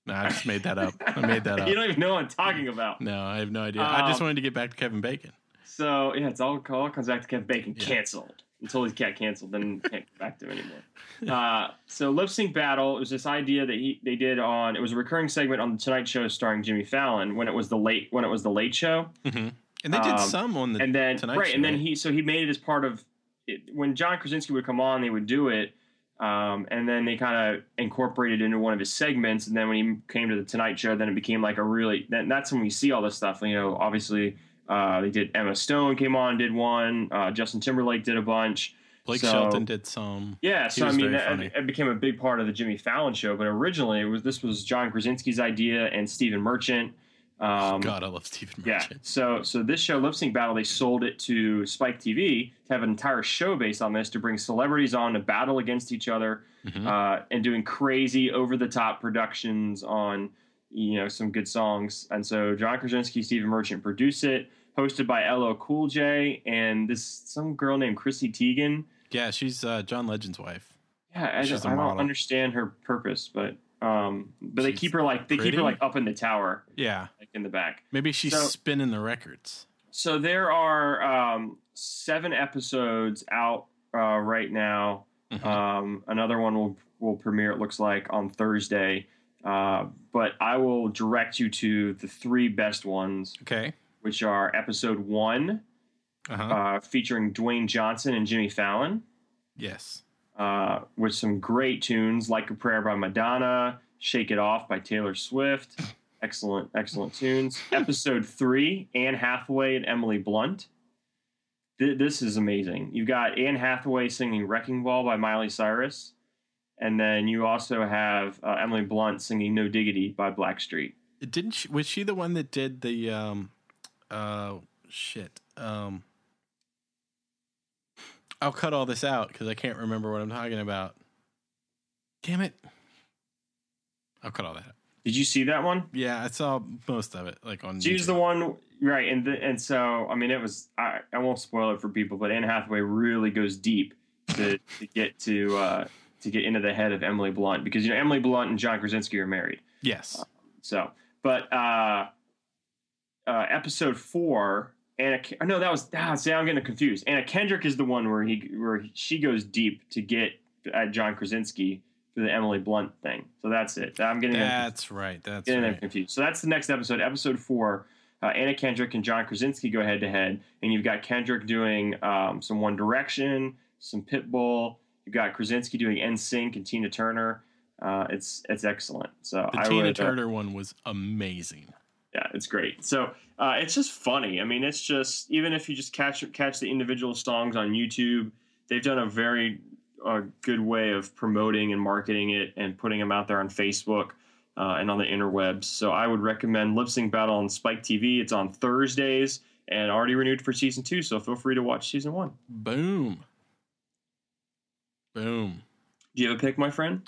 [SPEAKER 2] No, I just made that up. I made that up.
[SPEAKER 1] You don't even know what I'm talking about.
[SPEAKER 2] No, I have no idea. I just
[SPEAKER 1] Um,
[SPEAKER 2] wanted to get back to Kevin Bacon.
[SPEAKER 1] So yeah, it's all it all comes back to Kevin Bacon
[SPEAKER 2] Yeah.
[SPEAKER 1] canceled until he got canceled, then you can't go back to him anymore. Uh, so lip sync battle it was this idea that he they did on it was a recurring segment on the Tonight Show starring Jimmy Fallon when it was the late when it was the Late Show,
[SPEAKER 2] And they did
[SPEAKER 1] um,
[SPEAKER 2] some on the
[SPEAKER 1] and then
[SPEAKER 2] Tonight
[SPEAKER 1] right,
[SPEAKER 2] Show,
[SPEAKER 1] and then
[SPEAKER 2] right?
[SPEAKER 1] he so he made it as part of it, when John Krasinski would come on, they would do it. Um, and then they kind of incorporated it into one of his segments. And then when he came to the Tonight Show, then it became like a really. Then that's when we see all this stuff. You know, obviously uh, they did Emma Stone came on, did one. Uh, Justin Timberlake did a bunch.
[SPEAKER 2] Blake
[SPEAKER 1] so-
[SPEAKER 2] Shelton did some.
[SPEAKER 1] Yeah, so I
[SPEAKER 2] was
[SPEAKER 1] mean,
[SPEAKER 2] very
[SPEAKER 1] that,
[SPEAKER 2] funny.
[SPEAKER 1] it became a big part of the Jimmy Fallon show. But originally, it was this was John Krasinski's idea and Stephen Merchant. Um,
[SPEAKER 2] God, I love Stephen
[SPEAKER 1] yeah.
[SPEAKER 2] Merchant.
[SPEAKER 1] So so this show, Lip Sync Battle, they sold it to Spike TV to have an entire show based on this to bring celebrities on to battle against each other
[SPEAKER 2] Mhm.
[SPEAKER 1] uh, and doing crazy over the top productions on you know some good songs. And so John Krasinski, Stephen Merchant produce it, hosted by LL Cool J and this some girl named Chrissy Teigen.
[SPEAKER 2] Yeah, she's uh, John Legend's wife.
[SPEAKER 1] Yeah, I,
[SPEAKER 2] She's
[SPEAKER 1] just,
[SPEAKER 2] a
[SPEAKER 1] I don't
[SPEAKER 2] model.
[SPEAKER 1] understand her purpose, but um, but they
[SPEAKER 2] She's
[SPEAKER 1] keep her like they keep
[SPEAKER 2] pretty?
[SPEAKER 1] her like up in the tower,
[SPEAKER 2] Yeah,
[SPEAKER 1] like in the back.
[SPEAKER 2] maybe she's
[SPEAKER 1] So-
[SPEAKER 2] spinning the records.
[SPEAKER 1] so there are um, seven episodes out uh, right now.
[SPEAKER 2] Mhm.
[SPEAKER 1] Um, another one will will premiere. It looks like on Thursday. Uh, but I will direct you to the three best ones,
[SPEAKER 2] okay.
[SPEAKER 1] which are episode one,
[SPEAKER 2] Uh-huh.
[SPEAKER 1] uh, featuring Dwayne Johnson and Jimmy Fallon,
[SPEAKER 2] yes.
[SPEAKER 1] uh, with some great tunes like "A Prayer" by Madonna, "Shake It Off" by Taylor Swift. Excellent, excellent tunes. Episode three: Anne Hathaway and Emily Blunt. Th- this is amazing. You've got Anne Hathaway singing "Wrecking Ball" by Miley Cyrus, and then you also have uh, Emily Blunt singing "No Diggity" by Blackstreet.
[SPEAKER 2] Didn't she, was she the one that did the um uh shit. Um I'll cut all this out cuz I can't remember what I'm talking about. Damn it. I'll cut all that. out.
[SPEAKER 1] Did you see that one?
[SPEAKER 2] Yeah, I saw most of it like on
[SPEAKER 1] She's
[SPEAKER 2] YouTube.
[SPEAKER 1] the one, right? And the, and so I mean, it was I, I won't spoil it for people, but Anne Hathaway really goes deep to, to get to uh, to get into the head of Emily Blunt because you know Emily Blunt and John Krasinski are married.
[SPEAKER 2] Yes.
[SPEAKER 1] So, but uh, uh, episode four, Anna. Ke- No, that was. Ah, see, I'm getting confused. Anna Kendrick is the one where he where he- she goes deep to get at John Krasinski for the Emily Blunt thing. So that's it. I'm getting them confused.
[SPEAKER 2] That's right. That's
[SPEAKER 1] Getting them
[SPEAKER 2] right.
[SPEAKER 1] confused. So that's the next episode, episode four. Uh, Anna Kendrick and John Krasinski go head to head, and you've got Kendrick doing um, some One Direction, some Pitbull. You've got Krasinski doing NSYNC and Tina Turner. Uh, it's it's excellent. So
[SPEAKER 2] The
[SPEAKER 1] I
[SPEAKER 2] Tina
[SPEAKER 1] would, uh,
[SPEAKER 2] Turner one was amazing.
[SPEAKER 1] yeah, it's great. So uh, it's just funny. I mean, it's just even if you just catch catch the individual songs on YouTube, they've done a very uh, good way of promoting and marketing it and putting them out there on Facebook uh, and on the interwebs. So I would recommend Lip Sync Battle on Spike TV. It's on Thursdays and already renewed for season two. So feel free to watch season one.
[SPEAKER 2] Boom. Boom.
[SPEAKER 1] Do you have a pick, my friend?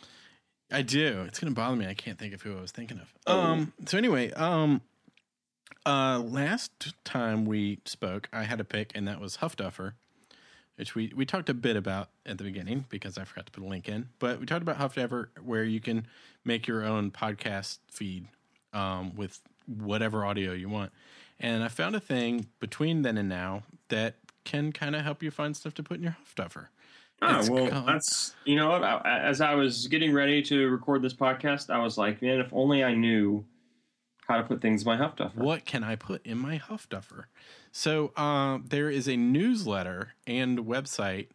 [SPEAKER 2] I do. It's gonna bother me. I can't think of who I was thinking of.
[SPEAKER 1] Oh.
[SPEAKER 2] Um. So anyway, um, uh, last time we spoke, I had a pick, and that was Huff Duffer, which we we talked a bit about at the beginning because I forgot to put a link in. But we talked about Huff Duffer, where you can make your own podcast feed, um, with whatever audio you want. And I found a thing between then and now that can kind of help you find stuff to put in your Huff Duffer.
[SPEAKER 1] Oh,
[SPEAKER 2] It's
[SPEAKER 1] well,
[SPEAKER 2] called-
[SPEAKER 1] that's you know, what, I, as I was getting ready to record this podcast, I was like, man, if only I knew how to put things in my Huff Duffer.
[SPEAKER 2] what can I put in my Huff Duffer? So uh, there is a newsletter and website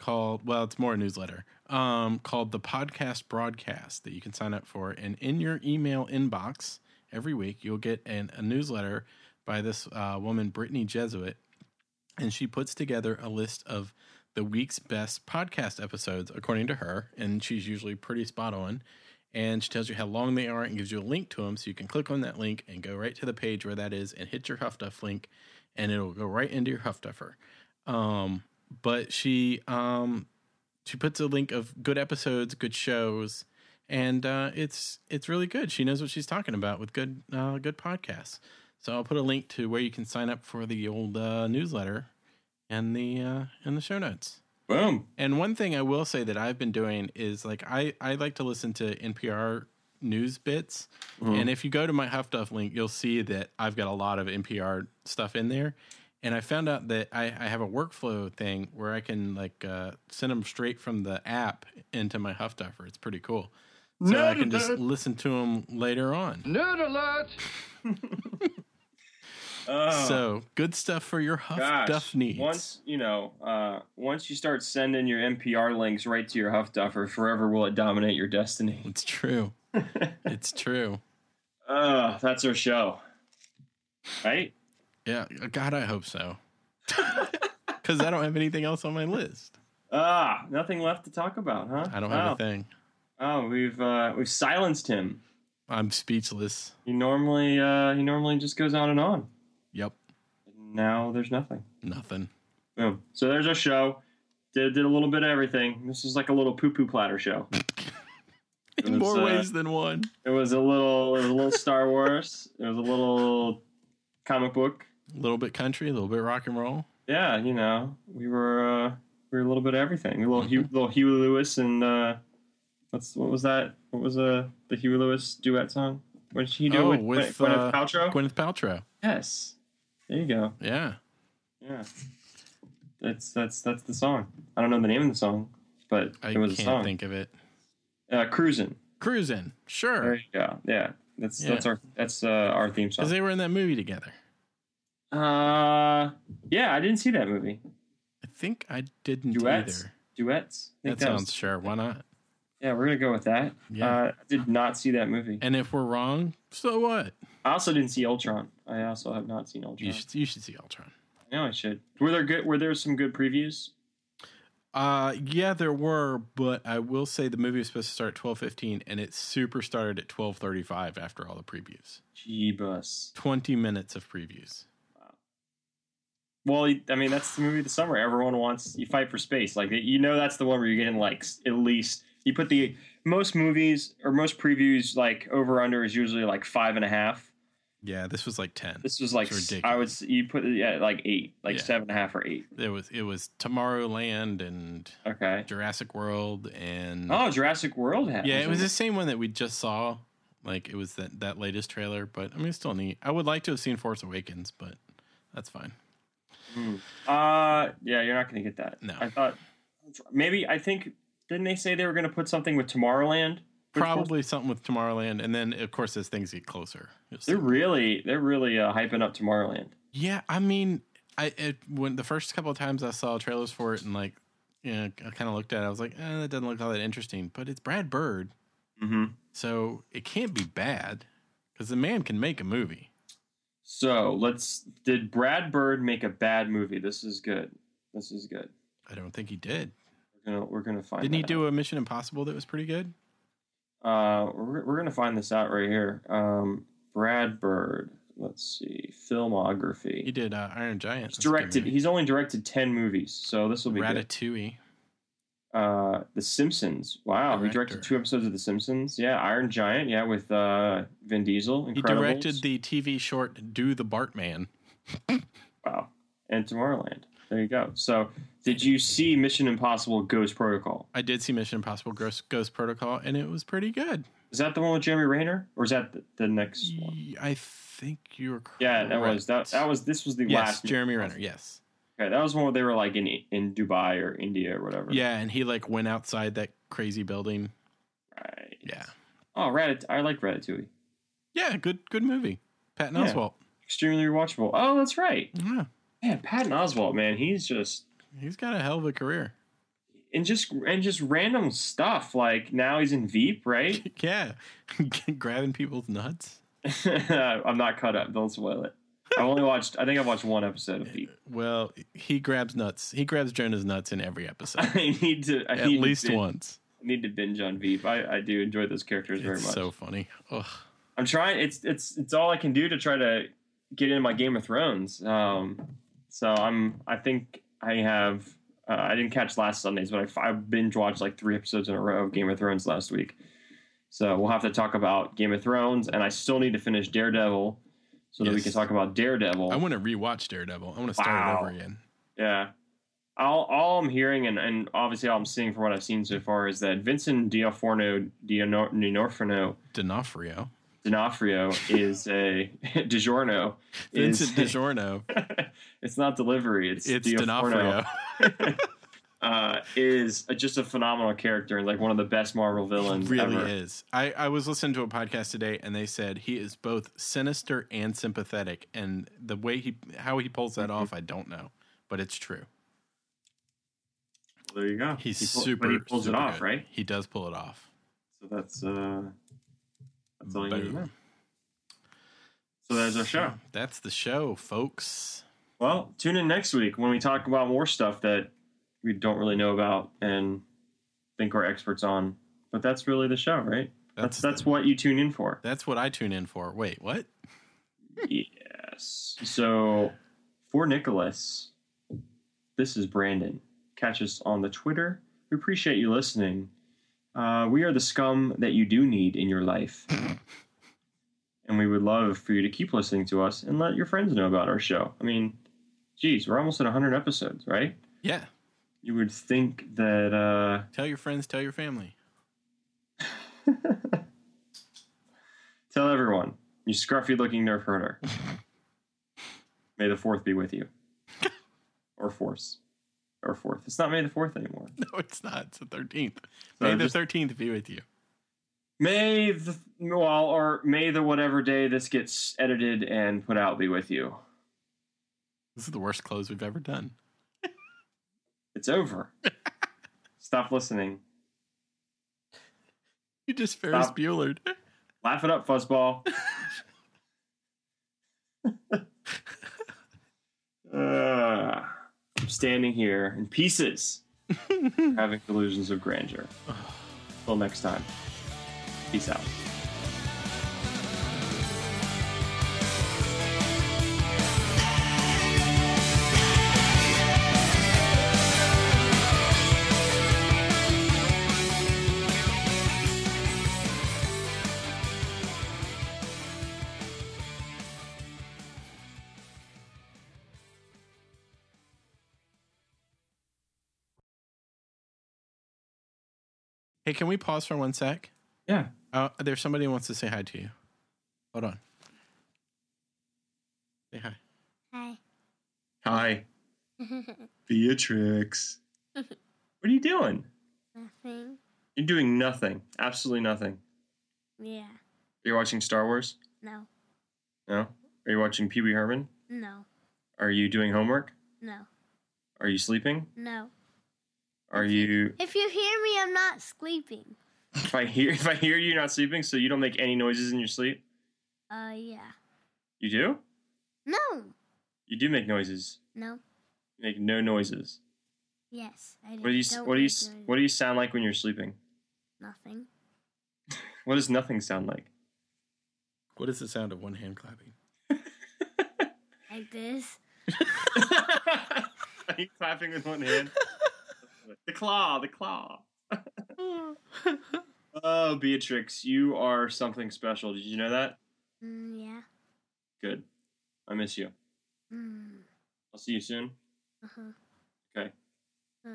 [SPEAKER 2] called, well, it's more a newsletter, um, called the Podcast Broadcast that you can sign up for. And in your email inbox every week, you'll get an, a newsletter by this uh, woman, Brittany Jesuit. And she puts together a list of the week's best podcast episodes, according to her. And she's usually pretty spot on and she tells you how long they are and gives you a link to them so you can click on that link and go right to the page where that is and hit your Huff Duff link and it'll go right into your Huff Duffer. Um, but she um, she puts a link of good episodes, good shows, and uh, it's it's really good. She knows what she's talking about with good uh, good podcasts. So I'll put a link to where you can sign up for the old uh, newsletter and the uh, and the show notes.
[SPEAKER 1] Boom.
[SPEAKER 2] And one thing I will say that I've been doing is like I, I like to listen to NPR news bits.
[SPEAKER 1] Mm-hmm.
[SPEAKER 2] And if you go to my HuffDuff link, you'll see that I've got a lot of NPR stuff in there. And I found out that I, I have a workflow thing where I can like uh, send them straight from the app into my HuffDuffer. It's pretty cool. So I can just listen to them later on.
[SPEAKER 5] Nerd alert!
[SPEAKER 1] Oh,
[SPEAKER 2] So good stuff for your Huff
[SPEAKER 1] gosh.
[SPEAKER 2] Duff needs.
[SPEAKER 1] Once you know, uh, once you start sending your NPR links right to your Huff Duffer, forever will it dominate your destiny.
[SPEAKER 2] it's true. it's true.
[SPEAKER 1] Uh, that's our show, right?
[SPEAKER 2] Yeah. uh, God, I hope so. Because I don't have anything else on my list.
[SPEAKER 1] Ah, nothing left to talk about, huh?
[SPEAKER 2] I don't
[SPEAKER 1] oh.
[SPEAKER 2] have a thing.
[SPEAKER 1] Oh, we've uh, we've silenced him.
[SPEAKER 2] I'm speechless.
[SPEAKER 1] He normally uh, he normally just goes on and on.
[SPEAKER 2] Yep.
[SPEAKER 1] Now there's nothing.
[SPEAKER 2] Nothing.
[SPEAKER 1] Boom. So there's our show. Did did a little bit of everything. This is like a little poo poo platter show. It
[SPEAKER 2] In
[SPEAKER 1] was,
[SPEAKER 2] more
[SPEAKER 1] uh,
[SPEAKER 2] ways than one.
[SPEAKER 1] It was a little it was a little Star Wars. It was a little comic book.
[SPEAKER 2] A little bit country, a little bit rock and roll.
[SPEAKER 1] Yeah, you know, we were uh, we were a little bit of everything. A little Hugh, little Huey Lewis and uh, what's what was that? What was uh, the Huey Lewis duet song? What did he do
[SPEAKER 2] Oh,
[SPEAKER 1] with,
[SPEAKER 2] with,
[SPEAKER 1] Gwyneth
[SPEAKER 2] uh,
[SPEAKER 1] Paltrow?
[SPEAKER 2] Gwyneth Paltrow.
[SPEAKER 1] yes, there you go.
[SPEAKER 2] Yeah.
[SPEAKER 1] Yeah, that's that's that's the song. I don't know the name of the song, but
[SPEAKER 2] I
[SPEAKER 1] it was a
[SPEAKER 2] can't
[SPEAKER 1] song.
[SPEAKER 2] think of it.
[SPEAKER 1] Uh, Cruising.
[SPEAKER 2] Cruising.
[SPEAKER 1] There
[SPEAKER 2] Sure.
[SPEAKER 1] you go. Yeah, that's
[SPEAKER 2] Yeah.
[SPEAKER 1] that's our that's uh, our theme song.
[SPEAKER 2] Because they were in that movie together.
[SPEAKER 1] uh, yeah, I didn't see that movie.
[SPEAKER 2] I think I didn't
[SPEAKER 1] Duets.
[SPEAKER 2] either.
[SPEAKER 1] Duets. I think
[SPEAKER 2] That sounds
[SPEAKER 1] was-
[SPEAKER 2] sure. Why not?
[SPEAKER 1] yeah, we're gonna go with that.
[SPEAKER 2] Yeah.
[SPEAKER 1] Uh, I did not see that movie.
[SPEAKER 2] And if we're wrong, so what?
[SPEAKER 1] I also didn't see Ultron. I also have not seen Ultron.
[SPEAKER 2] You should you should see Ultron.
[SPEAKER 1] I know I should. Were there good? Were there some good previews?
[SPEAKER 2] Uh, yeah, there were, but I will say the movie was supposed to start at twelve fifteen, and it super started at twelve thirty five after all the previews.
[SPEAKER 1] Jeebus.
[SPEAKER 2] Twenty minutes of previews.
[SPEAKER 1] Well, I mean, that's the movie of the summer. Everyone wants you fight for space. Like you know, that's the one where you're getting likes. At least you put the most movies or most previews like over under is usually like five and a half.
[SPEAKER 2] Yeah, this was like ten.
[SPEAKER 1] This was like
[SPEAKER 2] It's ridiculous.
[SPEAKER 1] I would s- you put it at like eight, like
[SPEAKER 2] Yeah.
[SPEAKER 1] seven and a half or eight.
[SPEAKER 2] It was it was Tomorrowland and
[SPEAKER 1] Okay.
[SPEAKER 2] Jurassic World and
[SPEAKER 1] Oh, Jurassic World. Had
[SPEAKER 2] yeah, it was the same one that we just saw. Like it was that that latest trailer, but I mean, it's still neat. I would like to have seen Force Awakens, but that's fine.
[SPEAKER 1] Uh, yeah, you're not going to get that.
[SPEAKER 2] No.
[SPEAKER 1] I thought maybe I think didn't they say they were going to put something with Tomorrowland? Which was-
[SPEAKER 2] Probably something with Tomorrowland, and then of course as things get closer, you'll see.
[SPEAKER 1] They're really they're really uh, hyping up Tomorrowland.
[SPEAKER 2] Yeah, I mean, I it when the first couple of times I saw trailers for it and like, you know, I kind of looked at it, I was like, eh, that doesn't look all that interesting. But it's Brad Bird,
[SPEAKER 1] Mm-hmm.
[SPEAKER 2] so it can't be bad because the man can make a movie.
[SPEAKER 1] So let's. Did Brad Bird make a bad movie? This is good. This is good.
[SPEAKER 2] I don't think he did.
[SPEAKER 1] We're gonna we're gonna find.
[SPEAKER 2] Didn't he
[SPEAKER 1] that
[SPEAKER 2] do a Mission Impossible that was pretty good?
[SPEAKER 1] out. Uh, we're we're gonna find this out right here. Um, Brad Bird. Let's see filmography.
[SPEAKER 2] He did uh, Iron Giant.
[SPEAKER 1] He's
[SPEAKER 2] That's a good
[SPEAKER 1] directed.
[SPEAKER 2] movie.
[SPEAKER 1] He's only directed ten movies, so this will be good.
[SPEAKER 2] Ratatouille.
[SPEAKER 1] uh The Simpsons. Wow, he
[SPEAKER 2] Director.
[SPEAKER 1] directed two episodes of The Simpsons. Yeah, Iron Giant. Yeah, with uh Vin Diesel.
[SPEAKER 2] He
[SPEAKER 1] Incredibles.
[SPEAKER 2] directed the TV short "Do the Bartman."
[SPEAKER 1] wow and Tomorrowland. There you go. So, did you see Mission Impossible: Ghost Protocol?
[SPEAKER 2] I did see Mission Impossible: Ghost, Ghost Protocol, and it was pretty good.
[SPEAKER 1] Is that the one with Jeremy Rayner, or is that the, the next one?
[SPEAKER 2] I think you were correct.
[SPEAKER 1] Yeah, that was that. That was this was the
[SPEAKER 2] yes,
[SPEAKER 1] last.
[SPEAKER 2] Jeremy Renner. Yes.
[SPEAKER 1] Okay, that was one where they were like in in Dubai or India or whatever.
[SPEAKER 2] Yeah, and he like went outside that crazy building.
[SPEAKER 1] Right.
[SPEAKER 2] Yeah.
[SPEAKER 1] Oh, Ratat. I like Ratatouille.
[SPEAKER 2] Yeah, good good movie. Patton
[SPEAKER 1] Yeah.
[SPEAKER 2] Oswalt.
[SPEAKER 1] Extremely rewatchable. Oh, that's right.
[SPEAKER 2] Yeah.
[SPEAKER 1] Man, Patton Oswalt, man, he's just
[SPEAKER 2] He's got a hell of a career.
[SPEAKER 1] and just and just random stuff. Like now he's in Veep, right?
[SPEAKER 2] yeah. Grabbing people's nuts.
[SPEAKER 1] I'm not caught up. Don't spoil it. I've only watched. I think I've watched one episode of Veep.
[SPEAKER 2] Well, he grabs nuts. He grabs Jonah's nuts in every episode.
[SPEAKER 1] I need to. I
[SPEAKER 2] At
[SPEAKER 1] need to
[SPEAKER 2] least
[SPEAKER 1] binge-
[SPEAKER 2] once.
[SPEAKER 1] I need to binge on Veep. I, I do enjoy those characters very
[SPEAKER 2] It's
[SPEAKER 1] much.
[SPEAKER 2] so funny. Ugh.
[SPEAKER 1] I'm trying. It's it's it's all I can do to try to get into my Game of Thrones. Um, so I'm. I think I have. Uh, I didn't catch last Sunday's, but I, f- I binge watched like three episodes in a row of Game of Thrones last week. So we'll have to talk about Game of Thrones, and I still need to finish Daredevil, so that we
[SPEAKER 2] Yes.
[SPEAKER 1] can talk about Daredevil.
[SPEAKER 2] I want to rewatch Daredevil. I want to start
[SPEAKER 1] Wow.
[SPEAKER 2] it over again.
[SPEAKER 1] yeah, all, all I'm hearing and, and obviously all I'm seeing from what I've seen so far is that Vincent D'Onofrio D'Onofrio
[SPEAKER 2] D'Onofrio.
[SPEAKER 1] D'Onofrio is a DiGiorno. is-
[SPEAKER 2] Vincent DiGiorno.
[SPEAKER 1] it's not delivery. It's,
[SPEAKER 2] It's
[SPEAKER 1] D'Onofrio.
[SPEAKER 2] D'Onofrio.
[SPEAKER 1] Uh, is a, just a phenomenal character and like one of the best Marvel villains
[SPEAKER 2] really
[SPEAKER 1] ever.
[SPEAKER 2] is. I, I was listening to a podcast today and they said he is both sinister and sympathetic. And the way he, how he pulls that off, I don't know, but it's true.
[SPEAKER 1] There you go.
[SPEAKER 2] He's
[SPEAKER 1] He pull-
[SPEAKER 2] super.
[SPEAKER 1] But he pulls
[SPEAKER 2] super
[SPEAKER 1] it off,
[SPEAKER 2] good.
[SPEAKER 1] right?
[SPEAKER 2] He does pull it off.
[SPEAKER 1] So that's uh, that's all you need to know.
[SPEAKER 2] Boom.
[SPEAKER 1] So there's our show.
[SPEAKER 2] That's the show, folks.
[SPEAKER 1] Well, tune in next week when we talk about more stuff that we don't really know about and think we're experts on. But that's really the show, right? That's
[SPEAKER 2] the-
[SPEAKER 1] that's what you tune in for.
[SPEAKER 2] that's what I tune in for. Wait, what?
[SPEAKER 1] Yes. So for Nicholas, this is Brandon. Catch us on the Twitter. We appreciate you listening. Uh, we are the scum that you do need in your life. and we would love for you to keep listening to us and let your friends know about our show. I mean, geez, we're almost at 100 episodes, right?
[SPEAKER 2] Yeah,
[SPEAKER 1] You would think that, uh,
[SPEAKER 2] tell your friends, tell your family.
[SPEAKER 1] tell everyone, you scruffy looking nerf herder. May the fourth be with you. or force. Or fourth. It's not May the fourth anymore.
[SPEAKER 2] No, it's not. It's the thirteenth.
[SPEAKER 1] So
[SPEAKER 2] May the
[SPEAKER 1] just-
[SPEAKER 2] thirteenth be with you.
[SPEAKER 1] May the well, or May the whatever day this gets edited and put out be with you.
[SPEAKER 2] This is the worst close we've ever done.
[SPEAKER 1] It's over. Stop listening.
[SPEAKER 2] You just Ferris
[SPEAKER 1] Stop.
[SPEAKER 2] Buellered.
[SPEAKER 1] Laugh it up, fuzzball. uh, I'm standing here in pieces, having delusions of grandeur. Till next time. Peace out.
[SPEAKER 2] Hey, can we pause for one sec?
[SPEAKER 1] Yeah.
[SPEAKER 2] Uh, there's somebody who wants to say hi to you. Hold on. Say hi.
[SPEAKER 5] Hi.
[SPEAKER 1] Hi, Beatrix. what are you doing?
[SPEAKER 5] Nothing.
[SPEAKER 1] You're doing nothing. Absolutely nothing.
[SPEAKER 5] Yeah.
[SPEAKER 1] Are you watching Star Wars?
[SPEAKER 5] No.
[SPEAKER 1] No. Are you watching Pee Wee Herman?
[SPEAKER 5] No.
[SPEAKER 1] Are you doing homework?
[SPEAKER 5] No.
[SPEAKER 1] Are you sleeping?
[SPEAKER 5] No.
[SPEAKER 1] Are you?
[SPEAKER 5] If you hear me, I'm not sleeping.
[SPEAKER 1] If I hear, if I hear you not sleeping, so you don't make any noises in your sleep.
[SPEAKER 5] Uh, yeah.
[SPEAKER 1] You do.
[SPEAKER 5] No.
[SPEAKER 1] You do make noises.
[SPEAKER 5] No.
[SPEAKER 1] You make no noises.
[SPEAKER 5] Yes. I
[SPEAKER 1] What do you? s-
[SPEAKER 5] don't
[SPEAKER 1] What do you?
[SPEAKER 5] make
[SPEAKER 1] s-
[SPEAKER 5] noise.
[SPEAKER 1] What do you sound like when you're sleeping?
[SPEAKER 5] Nothing.
[SPEAKER 1] What does nothing sound like?
[SPEAKER 2] What is the sound of one hand clapping?
[SPEAKER 5] Like this.
[SPEAKER 1] Are you clapping with one hand? the claw. The claw.
[SPEAKER 5] Mm,
[SPEAKER 1] oh, Beatrix, you are something special. Did you know that?
[SPEAKER 5] Mm, yeah.
[SPEAKER 1] Good. I miss you.
[SPEAKER 5] Mm.
[SPEAKER 1] I'll see you soon.
[SPEAKER 5] Uh-huh.
[SPEAKER 1] Okay.
[SPEAKER 5] Uh,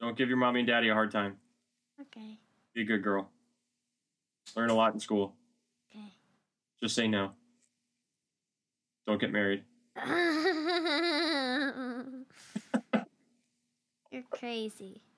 [SPEAKER 1] Don't give your mommy and daddy a hard time.
[SPEAKER 5] okay.
[SPEAKER 1] Be a good girl. Learn a lot in school.
[SPEAKER 5] Okay.
[SPEAKER 1] Just say no. Don't get married.
[SPEAKER 5] You're crazy.